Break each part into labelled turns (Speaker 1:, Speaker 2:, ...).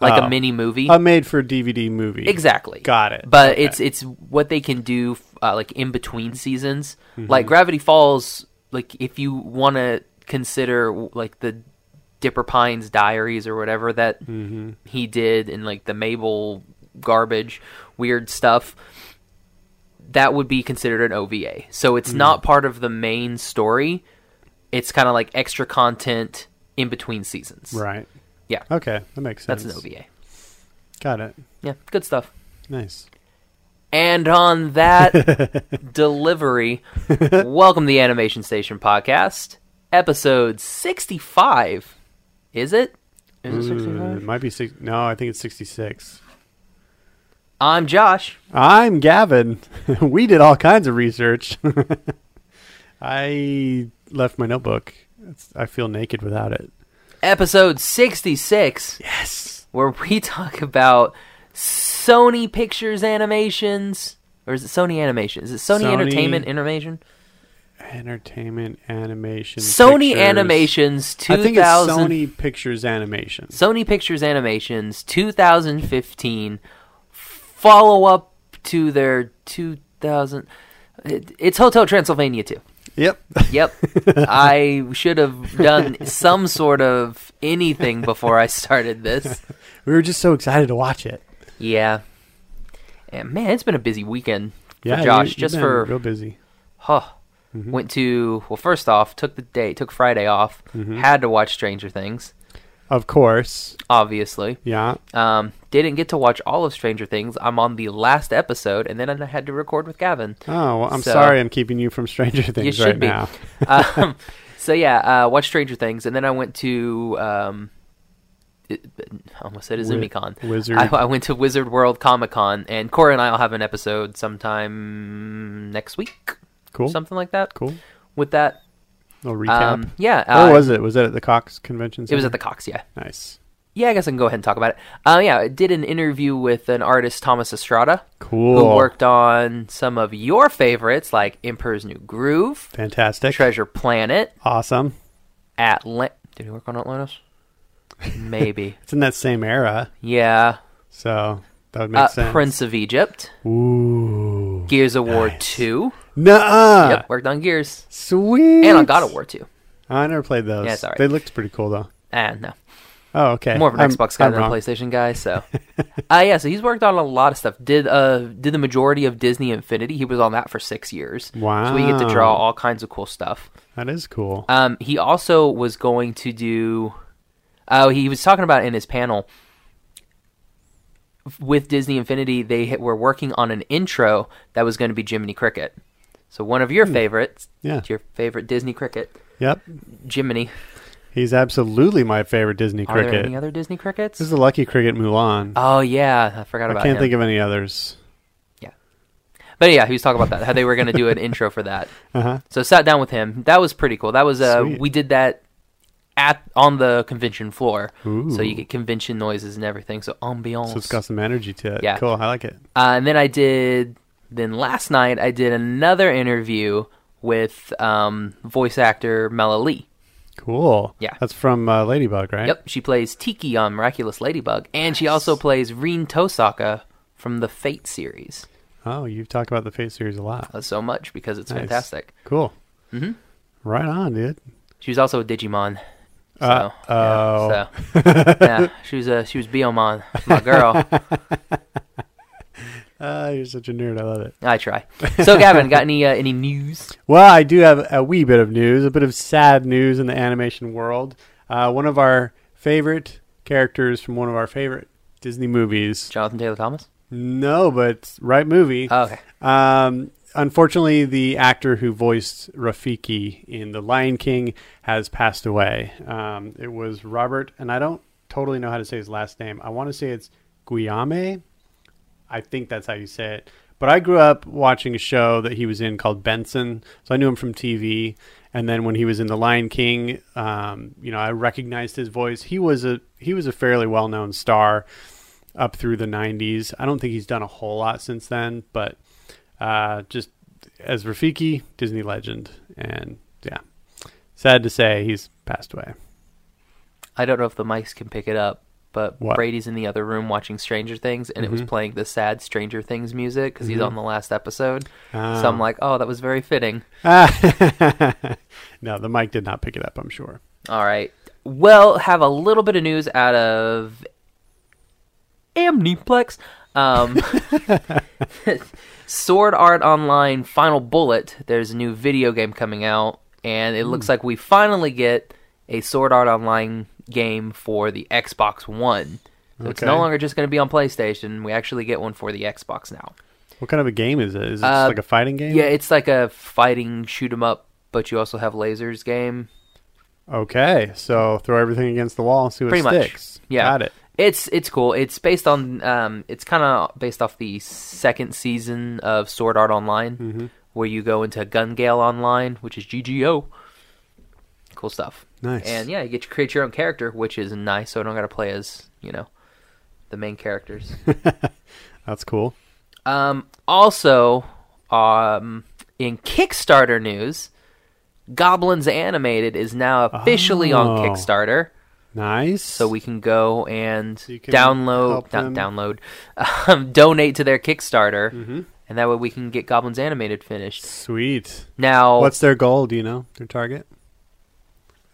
Speaker 1: like
Speaker 2: Oh.
Speaker 1: a mini movie.
Speaker 2: a made for DVD movie.
Speaker 1: Exactly.
Speaker 2: Got it.
Speaker 1: But
Speaker 2: Okay.
Speaker 1: it's it's what they can do uh, like in between seasons.
Speaker 2: Mm-hmm.
Speaker 1: Like Gravity Falls, like if you want to consider like the Dipper Pines Diaries or whatever that
Speaker 2: Mm-hmm.
Speaker 1: he did and like the Mabel garbage weird stuff that would be considered an OVA. So it's
Speaker 2: Mm.
Speaker 1: not part of the main story. It's kind of like extra content in between seasons.
Speaker 2: Right.
Speaker 1: Yeah.
Speaker 2: Okay. That makes sense.
Speaker 1: That's an OVA.
Speaker 2: Got it.
Speaker 1: Yeah, good stuff.
Speaker 2: Nice.
Speaker 1: And on that delivery, welcome to the Animation Station podcast, episode 65. Is it? Is it
Speaker 2: Ooh, it
Speaker 1: 65?
Speaker 2: Uh, might be six. No, I think it's 66.
Speaker 1: I'm Josh.
Speaker 2: I'm Gavin. we did all kinds of research. I left my notebook. It's, I feel naked without it.
Speaker 1: Episode 66,
Speaker 2: Yes.
Speaker 1: where we talk about Sony Pictures animations. Or is it Sony Animation? Is it Sony,
Speaker 2: Sony-
Speaker 1: Entertainment Animation?
Speaker 2: Entertainment animation.
Speaker 1: Sony
Speaker 2: Pictures.
Speaker 1: Animations
Speaker 2: I
Speaker 1: 2000.
Speaker 2: think it's Sony Pictures Animation.
Speaker 1: Sony Pictures Animations 2015 follow up to their 2000 it- it's Hotel Transylvania 2.
Speaker 2: Yep.
Speaker 1: Yep. I should have done some sort of anything before I started this.
Speaker 2: we were just so excited to watch it.
Speaker 1: Yeah. And man, it's been a busy weekend for
Speaker 2: you-
Speaker 1: Josh
Speaker 2: you've
Speaker 1: just
Speaker 2: been
Speaker 1: for
Speaker 2: real Mm-hmm. busy.
Speaker 1: huh. Went to well first off, took the day, took Friday off,
Speaker 2: Mm-hmm.
Speaker 1: had to watch Stranger Things,
Speaker 2: Of course.
Speaker 1: obviously.
Speaker 2: Yeah.
Speaker 1: Um, didn't get to watch all of Stranger Things. I'm on the last episode, and then I had to record with Gavin.
Speaker 2: Oh, well, I'm
Speaker 1: So-
Speaker 2: sorry I'm keeping you from Stranger Things
Speaker 1: you should
Speaker 2: right
Speaker 1: be.
Speaker 2: now.
Speaker 1: um, so yeah, uh, watch Stranger Things, and then I went to. Um, it, I almost said
Speaker 2: Wi-
Speaker 1: AzumiCon.
Speaker 2: Wizard.
Speaker 1: I, I went to Wizard World Comic Con, and Corey and I will have an episode sometime next week,
Speaker 2: Cool.
Speaker 1: something like that.
Speaker 2: Cool.
Speaker 1: With that,
Speaker 2: Little recap.
Speaker 1: um, yeah,
Speaker 2: Where
Speaker 1: uh,
Speaker 2: was it? Was that at the Cox Convention Center?
Speaker 1: it was at the Cox, yeah.
Speaker 2: Nice.
Speaker 1: Yeah, I guess I can go ahead and talk about it. Uh, yeah, I did an interview with an artist, Thomas Estrada,
Speaker 2: Cool.
Speaker 1: who worked on some of your favorites like Emperor's New Groove,
Speaker 2: Fantastic.
Speaker 1: Treasure Planet,
Speaker 2: Awesome.
Speaker 1: Atlant. Did he work on Atlantis? Maybe.
Speaker 2: It's in that same era,
Speaker 1: yeah.
Speaker 2: so that would make
Speaker 1: Uh,
Speaker 2: sense.
Speaker 1: Prince of Egypt,
Speaker 2: Ooh.
Speaker 1: Gears of War
Speaker 2: Nice. Uh,
Speaker 1: 2.
Speaker 2: Nuh-uh.
Speaker 1: Yep, worked on Gears.
Speaker 2: Sweet.
Speaker 1: And on God of War 2.
Speaker 2: I never played those.
Speaker 1: Yeah, it's all right.
Speaker 2: They looked pretty cool though.
Speaker 1: Ah, no.
Speaker 2: Oh, okay.
Speaker 1: More of an
Speaker 2: I'm-
Speaker 1: Xbox guy
Speaker 2: I'm
Speaker 1: than a
Speaker 2: wrong.
Speaker 1: PlayStation guy. So, uh, yeah. So he's worked on a lot of stuff. Did uh did the majority of Disney Infinity. He was on that for six years. So we get to draw
Speaker 2: Wow.
Speaker 1: all kinds of cool stuff.
Speaker 2: That is cool.
Speaker 1: Um, he also was going to do. Oh, he was talking about in his panel with Disney Infinity. They hit, were working on an intro that was going to be Jiminy Cricket. So one of your favorites,
Speaker 2: Hmm. Yeah.
Speaker 1: your favorite Disney cricket,
Speaker 2: Yep.
Speaker 1: Jiminy.
Speaker 2: He's absolutely my favorite Disney
Speaker 1: Are there
Speaker 2: cricket.
Speaker 1: any other Disney crickets?
Speaker 2: This is the Lucky Cricket Mulan.
Speaker 1: Oh yeah, I forgot
Speaker 2: I
Speaker 1: about
Speaker 2: can't
Speaker 1: him.
Speaker 2: think of any others.
Speaker 1: But yeah, he was talking about that how they were going to do an intro for that.
Speaker 2: Uh-huh.
Speaker 1: So sat down with him. That was pretty cool. That was uh,
Speaker 2: Sweet.
Speaker 1: we did that at on the convention floor, so
Speaker 2: Ooh.
Speaker 1: you get convention noises and everything. So ambiance.
Speaker 2: So it's got some energy to it.
Speaker 1: Yeah.
Speaker 2: Cool. I like it.
Speaker 1: Uh, and then I did. Then last night I did another interview with um, voice actor Mela Lee.
Speaker 2: Cool.
Speaker 1: Yeah.
Speaker 2: That's from uh, Ladybug, right?
Speaker 1: Yep, she plays Tiki on Miraculous Ladybug, and she also plays Reen Tosaka from the Fate series.
Speaker 2: Oh, you've talked about the Fate series a lot.
Speaker 1: Uh, so much because it's
Speaker 2: Nice.
Speaker 1: fantastic.
Speaker 2: Cool. Mm-hmm. Right on, dude.
Speaker 1: She was also a Digimon. So,
Speaker 2: Uh,
Speaker 1: yeah, so, yeah, she was a she was Biomon, my girl.
Speaker 2: Ah, you're such a nerd. I love it.
Speaker 1: I try. So, Gavin, got any uh, any news?
Speaker 2: Well, I do have a wee bit of news, a bit of sad news in the animation world. Uh, one of our favorite characters from one of our favorite Disney movies.
Speaker 1: Jonathan Taylor Thomas.
Speaker 2: No, but right movie.
Speaker 1: Oh, okay.
Speaker 2: Um, unfortunately, the actor who voiced Rafiki in The Lion King has passed away. Um, it was Robert, and I don't totally know how to say his last name. I want to say it's Guillaume. I think that's how you say it. But I grew up watching a show that he was in called Benson, so I knew him from TV. And then when he was in The Lion King, um, you know, I recognized his voice. He was a he was a fairly well known star up through the 90s. I don't think he's done a whole lot since then, but uh, just as Rafiki, Disney legend, and yeah, sad to say he's passed away.
Speaker 1: I don't know if the mics can pick it up, but
Speaker 2: What? Mm-hmm.
Speaker 1: Brady's in the other room watching Stranger Things, and it was playing the sad Stranger Things music because he's on the last episode. So I'm like, oh, that was very fitting.
Speaker 2: Ah. no, the mic did not pick it up. I'm sure.
Speaker 1: All right. Well, have a little bit of news out of Amniplex. Um, Sword Art Online Final Bullet. There's a new video game coming out, and it looks like we finally get a Sword Art Online game for the Xbox One. So it's no
Speaker 2: Okay.
Speaker 1: longer just going to be on PlayStation. We actually get one for the Xbox now.
Speaker 2: What kind of a game is it? Is it
Speaker 1: Uh,
Speaker 2: just like a fighting game?
Speaker 1: Yeah, it's like a fighting shoot 'em up, but you also have lasers game.
Speaker 2: Okay, so throw everything against the wall, and see what
Speaker 1: pretty much.
Speaker 2: sticks.
Speaker 1: Yeah,
Speaker 2: got it.
Speaker 1: It's it's cool. It's based on um, it's kind of based off the second season of Sword Art Online,
Speaker 2: Mm-hmm.
Speaker 1: where you go into Gun Gale Online, which is GGO. Cool stuff.
Speaker 2: Nice.
Speaker 1: And yeah, you get to create your own character, which is nice. So I don't got to play as you know the main characters.
Speaker 2: That's cool.
Speaker 1: um, also, um, in Kickstarter news, Goblins Animated is now officially
Speaker 2: Oh.
Speaker 1: on Kickstarter.
Speaker 2: Nice.
Speaker 1: so we can go and
Speaker 2: you can
Speaker 1: download
Speaker 2: help
Speaker 1: not
Speaker 2: them.
Speaker 1: download um, donate to their kickstarter
Speaker 2: Mm-hmm.
Speaker 1: and that way we can get goblins animated finished
Speaker 2: sweet.
Speaker 1: now
Speaker 2: What's their goal? Do you know their target?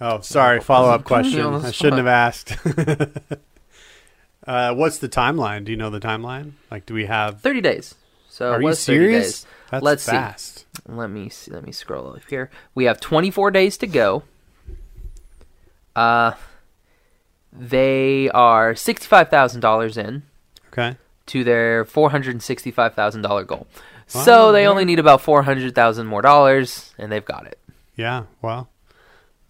Speaker 2: Oh, sorry. Follow up question. I shouldn't have asked. uh, what's the timeline? Do you know the timeline? Like, do we have?
Speaker 1: 30 days so
Speaker 2: Are
Speaker 1: it
Speaker 2: you
Speaker 1: was 30
Speaker 2: serious?
Speaker 1: days.
Speaker 2: That's
Speaker 1: let's
Speaker 2: fast.
Speaker 1: see let me see let me scroll up here we have 24 days to go uh they are $65000 in
Speaker 2: Okay.
Speaker 1: to their four hundred and sixty-five thousand dollar goal, so they only need about four hundred thousand more dollars, and they've got it.
Speaker 2: Yeah. Well,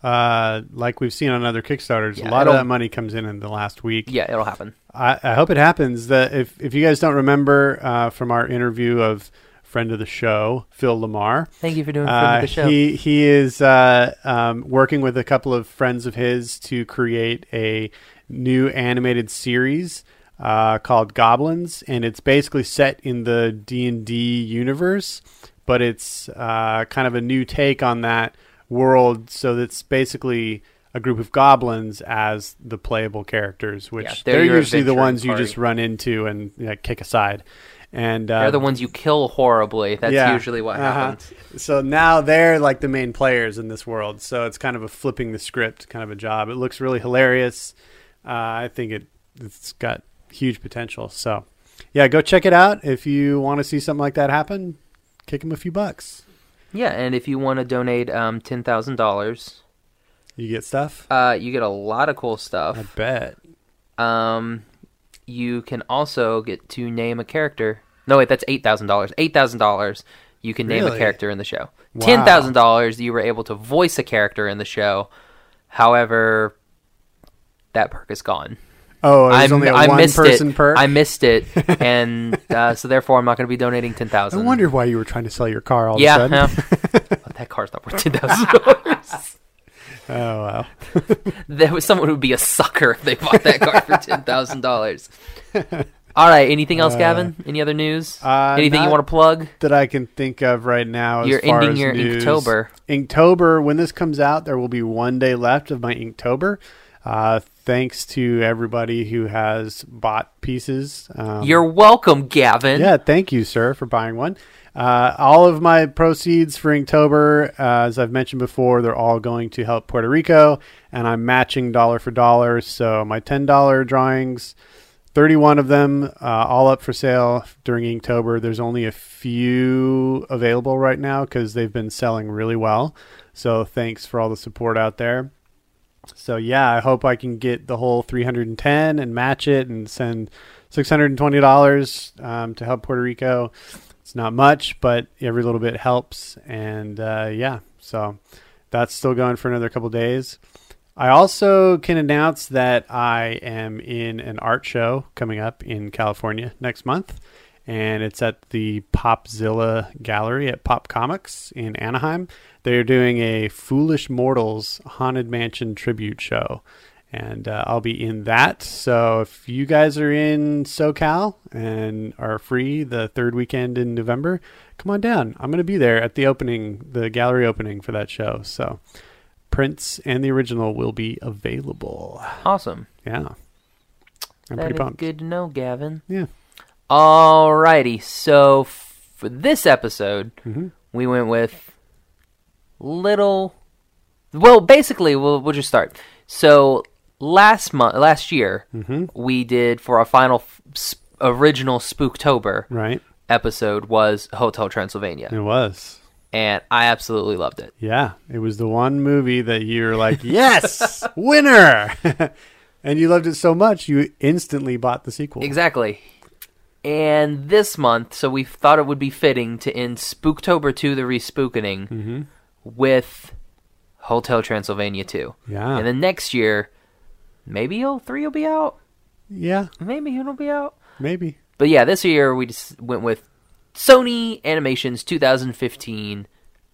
Speaker 2: uh, like we've seen on other Kickstarters,
Speaker 1: Yeah,
Speaker 2: a lot of
Speaker 1: it'll-
Speaker 2: that money comes in in the last week.
Speaker 1: Yeah, it'll happen.
Speaker 2: I, I hope it happens. That if if you guys don't remember uh, from our interview of friend of the show Phil Lamar,
Speaker 1: Thank you for doing
Speaker 2: Uh,
Speaker 1: the show.
Speaker 2: He he is uh, um, working with a couple of friends of his to create a new animated series uh, called Goblins, and it's basically set in the D and D universe, but it's uh, kind of a new take on that world. So it's basically a group of goblins as the playable characters, which
Speaker 1: Yeah,
Speaker 2: they're,
Speaker 1: they're your
Speaker 2: usually the
Speaker 1: adventuring
Speaker 2: ones you
Speaker 1: party.
Speaker 2: just run into and you know, kick aside. And uh,
Speaker 1: They're the ones you kill horribly. That's
Speaker 2: Yeah.
Speaker 1: usually what
Speaker 2: Uh-huh.
Speaker 1: happens.
Speaker 2: So now they're like the main players in this world. So it's kind of a flipping the script kind of a job. It looks really hilarious. Uh, I think it it's got huge potential. So, yeah, go check it out if you want to see something like that happen. Kick him a few bucks.
Speaker 1: Yeah, and if you want to donate um, ten thousand dollars,
Speaker 2: You get stuff.
Speaker 1: uh, you get a lot of cool
Speaker 2: I
Speaker 1: stuff.
Speaker 2: bet.
Speaker 1: Um, you can also get to name a character. No, wait, that's eight thousand dollars. Eight thousand dollars. You can name a
Speaker 2: Really?
Speaker 1: character in the show.
Speaker 2: Wow.
Speaker 1: Ten thousand dollars. You were able to voice a character in the show. However, that perk is gone.
Speaker 2: Oh, there's
Speaker 1: I'm-
Speaker 2: only a
Speaker 1: I
Speaker 2: one
Speaker 1: missed
Speaker 2: person
Speaker 1: it.
Speaker 2: per.
Speaker 1: I missed it, and uh, so therefore I'm not going to be donating ten
Speaker 2: I
Speaker 1: thousand.
Speaker 2: wonder why you were trying to sell your car all
Speaker 1: Yeah,
Speaker 2: of a sudden.
Speaker 1: yeah. But that car's not worth ten thousand dollars.
Speaker 2: oh wow.
Speaker 1: There was someone who would be a sucker if they bought that car for ten thousand dollars. Uh, All right. Anything else, Gavin? Any other news?
Speaker 2: uh,
Speaker 1: anything you
Speaker 2: not-
Speaker 1: want to plug?
Speaker 2: that I can think of right now. As
Speaker 1: You're
Speaker 2: far
Speaker 1: ending
Speaker 2: as
Speaker 1: your
Speaker 2: news.
Speaker 1: Inktober.
Speaker 2: Inktober. When this comes out, there will be one day left of my Inktober. Uh, thanks to everybody who has bought pieces. Um,
Speaker 1: You're welcome, Gavin.
Speaker 2: yeah, thank you, sir, for buying one. Uh, all of my proceeds for Inktober, uh, as I've mentioned before, they're all going to help Puerto Rico, and I'm matching dollar for dollar. So my $10 drawings, 31 of them, uh, all up for sale during Inktober. There's only a few available right now because they've been selling really well. So thanks for all the support out there. So yeah, I hope I can get the whole 310 and match it and send $620 um, to help Puerto Rico. It's not much, but every little bit helps. And uh, yeah, so that's still going for another couple days. I also can announce that I am in an art show coming up in California next month, and it's at the Popzilla Gallery at Pop Comics in Anaheim. They're doing a Foolish Mortals Haunted Mansion tribute show, and uh, I'll be in that. So if you guys are in SoCal and are free the third weekend in November, come on down. I'm going to be there at the opening, the gallery opening for that show. So prints and the original will be available.
Speaker 1: Awesome.
Speaker 2: Yeah. I'm
Speaker 1: That
Speaker 2: pretty
Speaker 1: is
Speaker 2: pumped.
Speaker 1: good to know, Gavin.
Speaker 2: Yeah.
Speaker 1: Alrighty. So for this episode,
Speaker 2: Mm-hmm.
Speaker 1: we went with little. Well, basically, we'll we'll just start. So last month, last year,
Speaker 2: Mm-hmm.
Speaker 1: we did for our final f- s- original Spooktober
Speaker 2: Right.
Speaker 1: episode was Hotel Transylvania,
Speaker 2: It was.
Speaker 1: and I absolutely loved it.
Speaker 2: Yeah. It was the one movie that you're like, yes, winner. and you loved it so much, you instantly bought the sequel.
Speaker 1: Exactly. And this month, so we thought it would be fitting to end Spooktober 2 The Respookening with Hotel Transylvania 2.
Speaker 2: Yeah.
Speaker 1: And then next year, maybe 03 will be out.
Speaker 2: yeah.
Speaker 1: Maybe it'll be out.
Speaker 2: Maybe.
Speaker 1: But yeah, this year we just went with Sony Animations 2015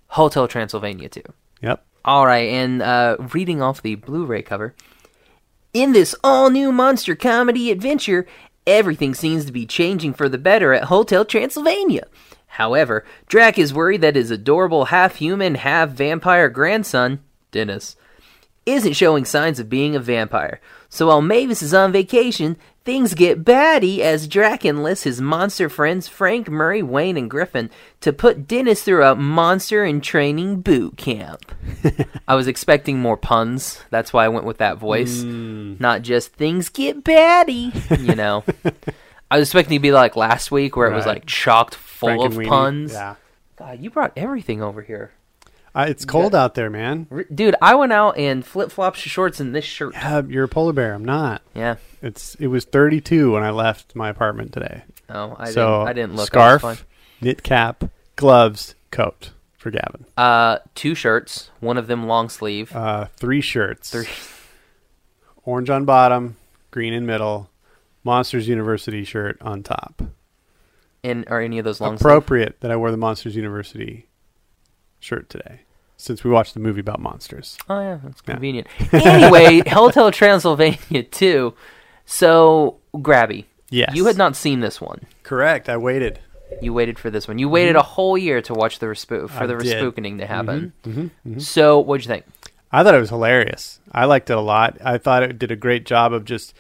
Speaker 1: Hotel Transylvania 2.
Speaker 2: Yep.
Speaker 1: All right, and uh, reading off the Blu ray cover. In this all new monster comedy adventure, everything seems to be changing for the better at Hotel Transylvania. However, Drac is worried that his adorable half human, half vampire grandson, Dennis, isn't showing signs of being a vampire. So while Mavis is on vacation, things get batty as Drac enlists his monster friends Frank, Murray, Wayne, and Griffin to put Dennis through a monster and training boot camp. I was expecting more puns. That's why I went with that voice.
Speaker 2: Mm.
Speaker 1: Not just things get batty, you know. I was expecting to be like last week where it was
Speaker 2: Right.
Speaker 1: like chocked full
Speaker 2: Frank and
Speaker 1: of
Speaker 2: Weenie.
Speaker 1: puns.
Speaker 2: Yeah.
Speaker 1: God, you brought everything over here.
Speaker 2: Uh, it's cold out there, man.
Speaker 1: R- Dude, I went out in flip flops, shorts, and this shirt.
Speaker 2: Uh, you're a polar bear. I'm not.
Speaker 1: Yeah.
Speaker 2: It's it was 32 when I left my apartment today.
Speaker 1: Oh, I
Speaker 2: so
Speaker 1: didn't. I didn't look. I was
Speaker 2: Scarf, knit cap, gloves, coat for Gavin.
Speaker 1: fine. Uh, two shirts. One of them long sleeve.
Speaker 2: Uh, three shirts.
Speaker 1: Three.
Speaker 2: Orange on bottom, green in middle, Monsters University shirt on top.
Speaker 1: In or any of those long sleeve.
Speaker 2: Appropriate that I wore the Monsters University shirt today, since we watched the movie about monsters.
Speaker 1: Oh yeah, that's convenient. anyway, Hotel Transylvania two. So Grabby.
Speaker 2: Yes.
Speaker 1: You had not seen this one.
Speaker 2: Correct. I waited.
Speaker 1: You waited for this one. You waited a whole year to watch the respo- for
Speaker 2: Mm-hmm. I
Speaker 1: the
Speaker 2: did. Mm-hmm.
Speaker 1: respookening to happen. So what'd you think?
Speaker 2: I thought it was hilarious. I liked it a lot. I thought it did a great job of just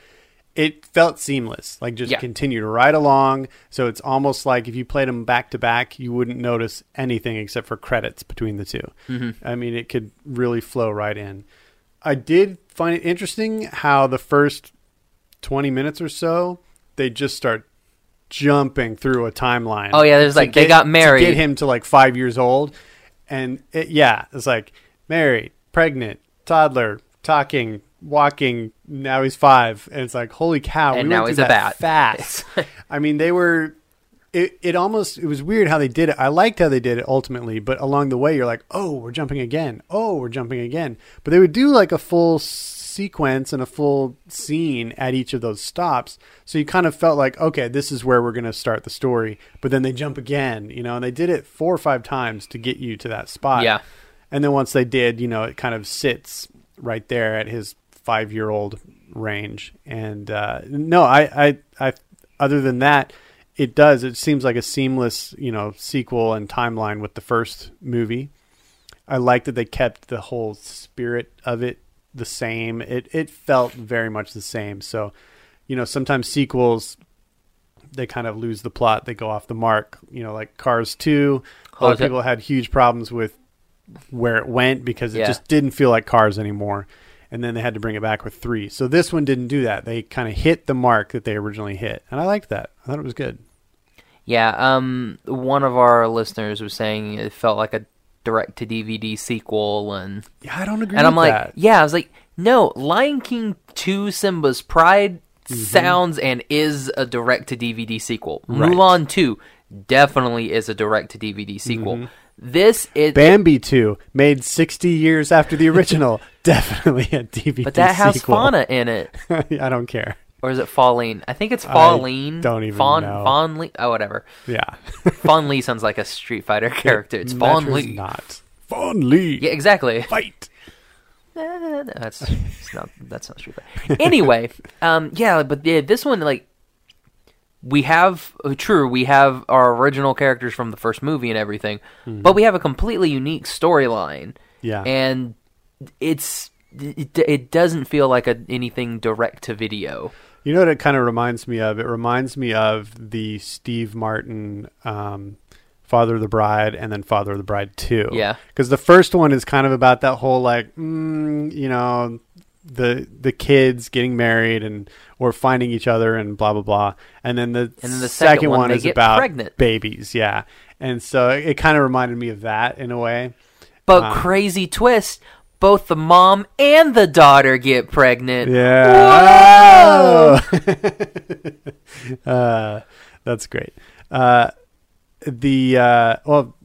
Speaker 2: it felt seamless, like just
Speaker 1: Yeah.
Speaker 2: continued right along. So it's almost like if you played them back to back, you wouldn't notice anything except for credits between the 2
Speaker 1: Mm-hmm.
Speaker 2: I mean, it could really flow right in. I did find it interesting how the first 20 minutes or so, they just start jumping through a timeline.
Speaker 1: Oh, yeah, there's,
Speaker 2: to
Speaker 1: like, they got
Speaker 2: to
Speaker 1: married.
Speaker 2: get him to like 5 years old and it, yeah, it's like married, pregnant, toddler, talking, walking, now he's 5 and it's like holy cow,
Speaker 1: And
Speaker 2: we
Speaker 1: now
Speaker 2: went
Speaker 1: he's
Speaker 2: through
Speaker 1: a
Speaker 2: that
Speaker 1: bat.
Speaker 2: fast. I mean, they were it, it almost it was weird how they did it. I liked how they did it ultimately, but along the way you're like, "Oh, we're jumping again. Oh, we're jumping again." But they would do like a full sequence and a full scene at each of those stops. So you kind of felt like, "Okay, this is where we're going to start the story." But then they jump again, you know, and they did it four or five times to get you to that spot.
Speaker 1: Yeah.
Speaker 2: And then once they did, you know, it kind of sits right there at his five year old range. And uh, no, I, I, I, other than that, it does. It seems like a seamless, you know, sequel and timeline with the first movie. I like that they kept the whole spirit of it the same. It it felt very much the same. So, you know, sometimes sequels they kind of lose the plot. They go off the mark. You know, like Cars Two. A lot of
Speaker 1: Okay.
Speaker 2: people had huge problems with where it went because it
Speaker 1: Yeah.
Speaker 2: just didn't feel like Cars anymore. And then they had to bring it back with three. So this one didn't do that. They kind of hit the mark that they originally hit, and I liked that. I thought it was good.
Speaker 1: Yeah, um, one of our listeners was saying it felt like a direct to DVD sequel, and
Speaker 2: Yeah, I don't agree.
Speaker 1: and I'm
Speaker 2: with
Speaker 1: like,
Speaker 2: that.
Speaker 1: yeah, I was like, no, Lion King Two: Simba's Pride
Speaker 2: Mm-hmm.
Speaker 1: sounds and is a direct to DVD sequel.
Speaker 2: Right.
Speaker 1: Mulan Two definitely is a direct to DVD sequel.
Speaker 2: Mm-hmm.
Speaker 1: This is.
Speaker 2: Bambi 2, made 60 years after the original, definitely a DVD
Speaker 1: but that has
Speaker 2: sequel.
Speaker 1: Fauna in it,
Speaker 2: I don't care.
Speaker 1: or is it Falline? I think it's Falline.
Speaker 2: don't even
Speaker 1: Fawn,
Speaker 2: know.
Speaker 1: Fawn Lee. Oh, whatever.
Speaker 2: Yeah.
Speaker 1: Fawn Lee sounds like a Street Fighter character. It's Fawn
Speaker 2: Matters
Speaker 1: Lee.
Speaker 2: not. Fawn Lee.
Speaker 1: Yeah, exactly.
Speaker 2: Fight.
Speaker 1: Eh, that's it's not that's not true. anyway, um, yeah, but yeah, this one like we have uh, true we have our original characters from the first movie and everything, but we have a completely unique storyline.
Speaker 2: Yeah.
Speaker 1: and it's it, it doesn't feel like a, anything direct to video.
Speaker 2: You know what it kind of reminds me of? It reminds me of the Steve Martin um, Father of the Bride and then Father of the Bride 2.
Speaker 1: Yeah.
Speaker 2: Because the first one is kind of about that whole, like, mm, you know, the the kids getting married and or finding each other and blah blah blah and then the,
Speaker 1: And then the second one, they
Speaker 2: is
Speaker 1: get
Speaker 2: about
Speaker 1: pregnant.
Speaker 2: babies yeah and so it, it kind of reminded me of that in a way
Speaker 1: But crazy twist: both the mom and the daughter get pregnant.
Speaker 2: Yeah. uh, that's great. Uh, the uh, well,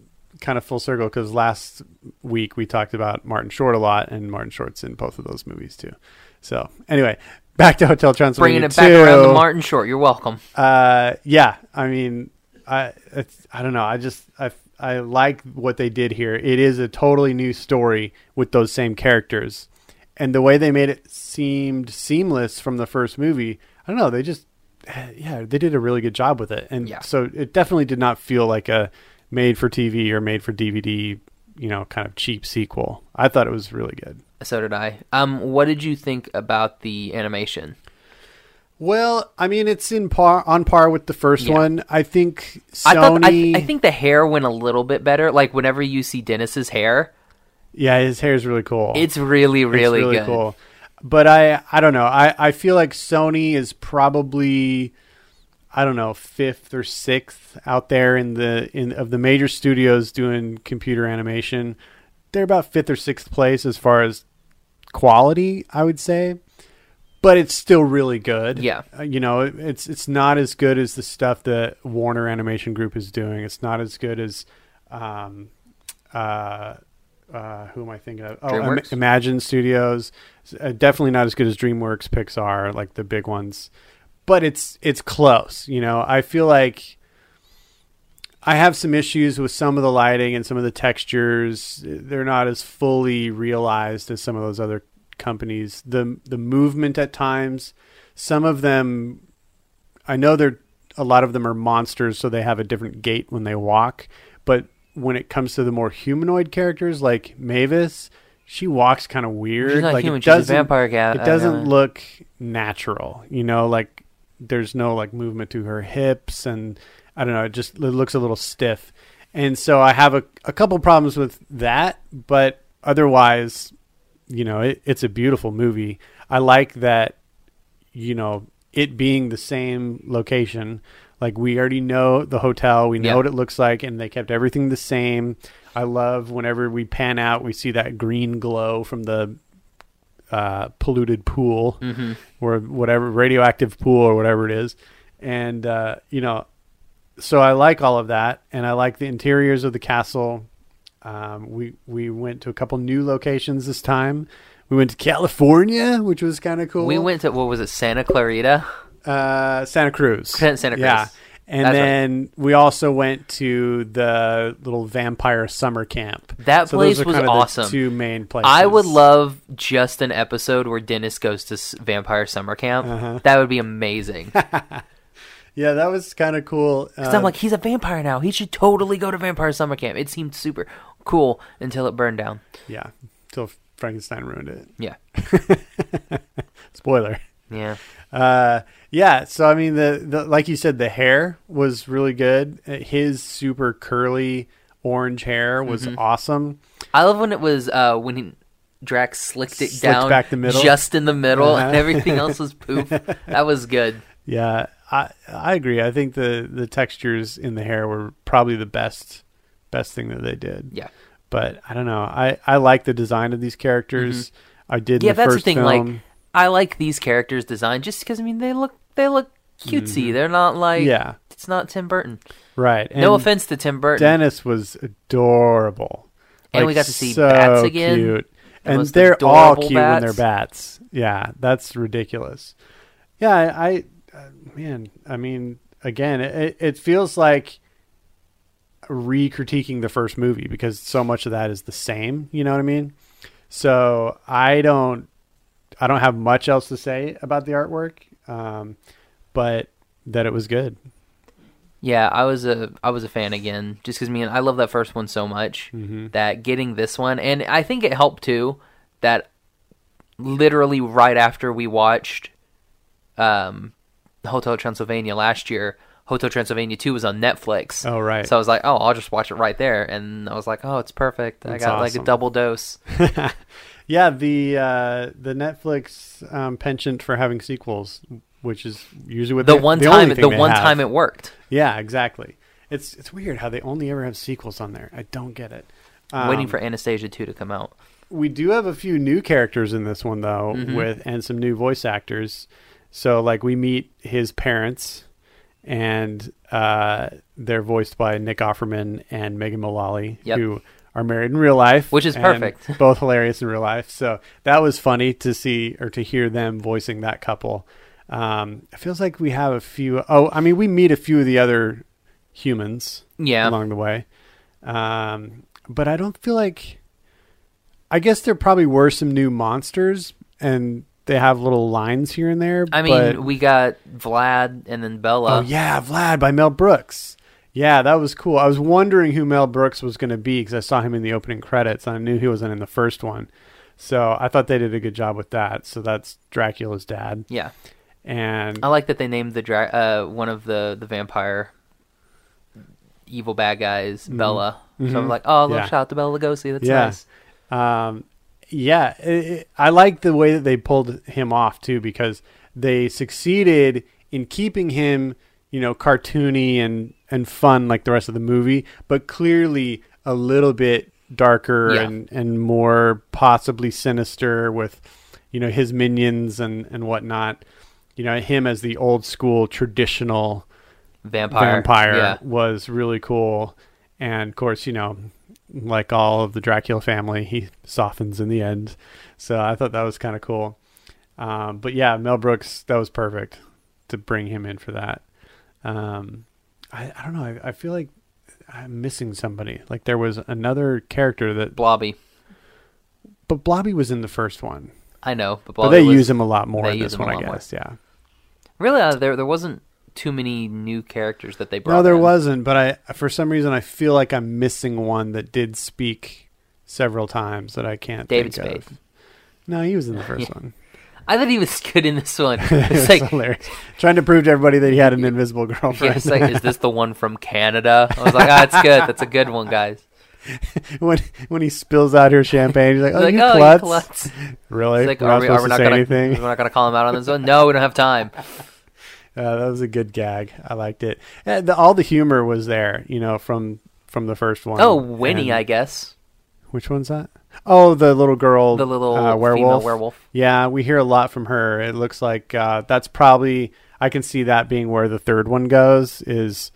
Speaker 2: kind of full circle because last week we talked about Martin Short a lot, and Martin Short's in both of those movies too. So anyway, back to Hotel Transylvania.
Speaker 1: Bringing it back around to
Speaker 2: 2.
Speaker 1: Martin Short. You're welcome.
Speaker 2: Uh, yeah, I mean, I it's, I don't know. I just I I like what they did here. It is a totally new story with those same characters, and the way they made it seemed seamless from the first movie. I don't know. They just eh, yeah, they did a really good job with it, and
Speaker 1: Yeah.
Speaker 2: so it definitely did not feel like a made for TV or made for DVD, you know, kind of cheap sequel. I thought it was really good.
Speaker 1: So did I. Um, what did you think about the animation?
Speaker 2: Well, I mean, it's in par on par with the first
Speaker 1: Yeah.
Speaker 2: one. I think Sony.
Speaker 1: I thought I, I think the hair went a little bit better. Like whenever you see Dennis's hair,
Speaker 2: Yeah, his hair is really cool.
Speaker 1: it's really,
Speaker 2: Oh, It's
Speaker 1: really, good.
Speaker 2: cool. But I, I don't know. I, I feel like Sony is probably, I don't know, fifth or sixth out there in the in of the major studios doing computer animation. They're about fifth or sixth place as far as quality, I would say. But it's still really good.
Speaker 1: Yeah.
Speaker 2: Uh, you know, it, it's it's not as good as the stuff that Warner Animation Group is doing. It's not as good as, um, uh, uh, who am I thinking of? Oh, Im-
Speaker 1: DreamWorks?
Speaker 2: Imagine Studios. Uh, definitely not as good as DreamWorks, Pixar, like the big ones. But it's it's close. You know, I feel like I have some issues with some of the lighting and some of the textures. They're not as fully realized as some of those other companies. The the movement at times. Some of them I know they're a lot of them are monsters, so they have a different gait when they walk. But when it comes to the more humanoid characters, like Mavis, she walks kind of weird.
Speaker 1: She's not
Speaker 2: like
Speaker 1: human,
Speaker 2: it
Speaker 1: she's a
Speaker 2: doesn't-
Speaker 1: vampire gal-
Speaker 2: It doesn't
Speaker 1: uh, yeah.
Speaker 2: look natural, you know. Like there's no like movement to her hips, and I don't know. It just it looks a little stiff. And so I have a a couple problems with that, but otherwise, you know, it, it's a beautiful movie. I like that you know it being the same location. Like we already know the hotel, we know
Speaker 1: Yeah.
Speaker 2: what it looks like, and they kept everything the same. I love whenever we pan out, we see that green glow from the uh, polluted pool or whatever radioactive pool or whatever it is, and uh, you know, so I like all of that, and I like the interiors of the castle. Um, we we went to a couple new locations this time. We went to California, which was kind of cool.
Speaker 1: We went to what was it, Santa Clarita?
Speaker 2: uh, Santa Cruz.
Speaker 1: Santa Cruz.
Speaker 2: Yeah. And
Speaker 1: That's right.
Speaker 2: then we also went to the little vampire summer camp.
Speaker 1: That
Speaker 2: So those
Speaker 1: place
Speaker 2: are
Speaker 1: was
Speaker 2: kinda the
Speaker 1: awesome.
Speaker 2: two main places.
Speaker 1: I would love just an episode where Dennis goes to s- Vampire Summer Camp.
Speaker 2: Uh-huh.
Speaker 1: That would be amazing. Because
Speaker 2: Yeah, that was kind of cool. Uh,
Speaker 1: I'm like, he's a vampire now. He should totally go to Vampire Summer Camp. It seemed super cool until it burned down.
Speaker 2: yeah, until Frankenstein ruined it.
Speaker 1: Yeah.
Speaker 2: Spoiler.
Speaker 1: Yeah.
Speaker 2: Uh, yeah. So I mean, the, the like you said, the hair was really good. Uh, His super curly orange hair was
Speaker 1: Mm-hmm.
Speaker 2: awesome.
Speaker 1: I love when it was uh, when he, Drax slicked it
Speaker 2: Slicked
Speaker 1: down
Speaker 2: back the middle.
Speaker 1: just in the middle, and
Speaker 2: Uh-huh.
Speaker 1: everything else was poof. that was good.
Speaker 2: Yeah, I I agree. I think the the textures in the hair were probably the best best thing that they did.
Speaker 1: Yeah.
Speaker 2: But I don't know. I I like the design of these characters. I did.
Speaker 1: Mm-hmm.
Speaker 2: in
Speaker 1: yeah,
Speaker 2: the
Speaker 1: that's the
Speaker 2: first
Speaker 1: thing.
Speaker 2: Film.
Speaker 1: Like, I like these characters' design just because I mean they look they look cutesy. They're not like
Speaker 2: Mm-hmm. Yeah.
Speaker 1: It's not Tim Burton.
Speaker 2: right. And
Speaker 1: no offense to Tim Burton.
Speaker 2: Dennis was adorable.
Speaker 1: And we got to see bats again.
Speaker 2: Cute.
Speaker 1: The
Speaker 2: And
Speaker 1: most
Speaker 2: they're all
Speaker 1: adorable
Speaker 2: cute when they're
Speaker 1: bats.
Speaker 2: bats. Yeah, that's ridiculous. Yeah, I, I uh, man, I mean, again, it, it feels like re-critiquing the first movie because so much of that is the same. You know what I mean? So I don't, I don't have much else to say about the artwork, um, but that it was good.
Speaker 1: Yeah, I was a I was a fan again, just because mean I love that first one so much
Speaker 2: Mm-hmm.
Speaker 1: that getting this one, and I think it helped too that literally right after we watched um, Hotel Transylvania last year, Hotel Transylvania two was on Netflix.
Speaker 2: Oh, right.
Speaker 1: So I was like, oh, I'll just watch it right there, and I was like, oh, it's perfect. I
Speaker 2: That's
Speaker 1: got like
Speaker 2: awesome.
Speaker 1: a double dose.
Speaker 2: Yeah, the uh, the Netflix um, penchant for having sequels, which is usually what
Speaker 1: The
Speaker 2: they-
Speaker 1: one
Speaker 2: the
Speaker 1: time,
Speaker 2: only thing
Speaker 1: the
Speaker 2: they
Speaker 1: one
Speaker 2: have.
Speaker 1: time it worked.
Speaker 2: yeah, exactly. It's it's weird how they only ever have sequels on there. I don't get it. Um,
Speaker 1: waiting for Anastasia two to come out.
Speaker 2: we do have a few new characters in this one though,
Speaker 1: Mm-hmm.
Speaker 2: with and some new voice actors. So like we meet his parents, and uh, they're voiced by Nick Offerman and Megan Mullally,
Speaker 1: Yep.
Speaker 2: who are married in real life,
Speaker 1: Which is
Speaker 2: and
Speaker 1: perfect.
Speaker 2: both hilarious in real life. So that was funny to see or to hear them voicing that couple. Um, it feels like we have a few. Oh, I mean, we meet a few of the other humans
Speaker 1: Yeah.
Speaker 2: along the way. Um, but I don't feel like. I guess there probably were some new monsters, and they have little lines here and there.
Speaker 1: I mean,
Speaker 2: but-
Speaker 1: we got Vlad and then Bella.
Speaker 2: oh yeah, Vlad by Mel Brooks. Yeah, that was cool. I was wondering who Mel Brooks was going to be because I saw him in the opening credits, and I knew he wasn't in the first one. So I thought they did a good job with that. So that's Dracula's dad,
Speaker 1: yeah.
Speaker 2: and
Speaker 1: I like that they named the dra- uh, one of the the vampire evil bad guys Bella. So I'm like, oh, little
Speaker 2: Mm-hmm. Yeah.
Speaker 1: shout out to Bella Lugosi. That's
Speaker 2: Yeah.
Speaker 1: nice.
Speaker 2: Um, yeah, it, it- I like the way that they pulled him off too because they succeeded in keeping him, you know, cartoony and and fun like the rest of the movie, but clearly a little bit darker
Speaker 1: Yeah.
Speaker 2: and and more possibly sinister with, you know, his minions and and whatnot. You know, him as the old school traditional
Speaker 1: Vampire.
Speaker 2: vampire,
Speaker 1: Yeah.
Speaker 2: was really cool. And of course, you know, like all of the Dracula family, he softens in the end. So I thought that was kind of cool. Um, but yeah, Mel Brooks, that was perfect to bring him in for that. Um, I, I don't know. I, I feel like I'm missing somebody. Like there was another character that,
Speaker 1: Blobby.
Speaker 2: but Blobby was in the first one.
Speaker 1: I know, but
Speaker 2: But
Speaker 1: Blobby
Speaker 2: they
Speaker 1: was-
Speaker 2: use him a lot more
Speaker 1: they
Speaker 2: in
Speaker 1: use
Speaker 2: this
Speaker 1: him a
Speaker 2: one, I
Speaker 1: lot more.
Speaker 2: guess. Yeah.
Speaker 1: Really, uh, there there wasn't too many new characters that they brought.
Speaker 2: No, there
Speaker 1: in.
Speaker 2: wasn't, but I for some reason I feel like I'm missing one that did speak several times that I can't
Speaker 1: David
Speaker 2: think
Speaker 1: Spade.
Speaker 2: of. No, he was in the first one.
Speaker 1: I thought he was good in this one.
Speaker 2: It's
Speaker 1: It's like,
Speaker 2: hilarious. Trying to prove to everybody that he had an invisible
Speaker 1: yeah,
Speaker 2: girlfriend.
Speaker 1: it's like, is this the one from Canada? I was like, ah, it's good. That's a good one, guys.
Speaker 2: when when he spills out her champagne, he's like, "Oh,
Speaker 1: Like,
Speaker 2: you,
Speaker 1: oh, you
Speaker 2: klutz.
Speaker 1: klutz.
Speaker 2: Really?
Speaker 1: It's like,
Speaker 2: we're
Speaker 1: are
Speaker 2: not
Speaker 1: we, are
Speaker 2: supposed
Speaker 1: we
Speaker 2: to
Speaker 1: not
Speaker 2: say
Speaker 1: gonna,
Speaker 2: anything.
Speaker 1: We're not gonna call him out on this one. No, we don't have time.
Speaker 2: Uh, that was a good gag. I liked it. Uh, the, all the humor was there, you know, from from the first one.
Speaker 1: Oh, Winnie, I
Speaker 2: And-
Speaker 1: guess.
Speaker 2: Which one's that? Oh, the little girl,
Speaker 1: The little
Speaker 2: uh,
Speaker 1: female
Speaker 2: werewolf.
Speaker 1: werewolf.
Speaker 2: Yeah, we hear a lot from her. It looks like uh, that's probably I can see that being where the third one goes is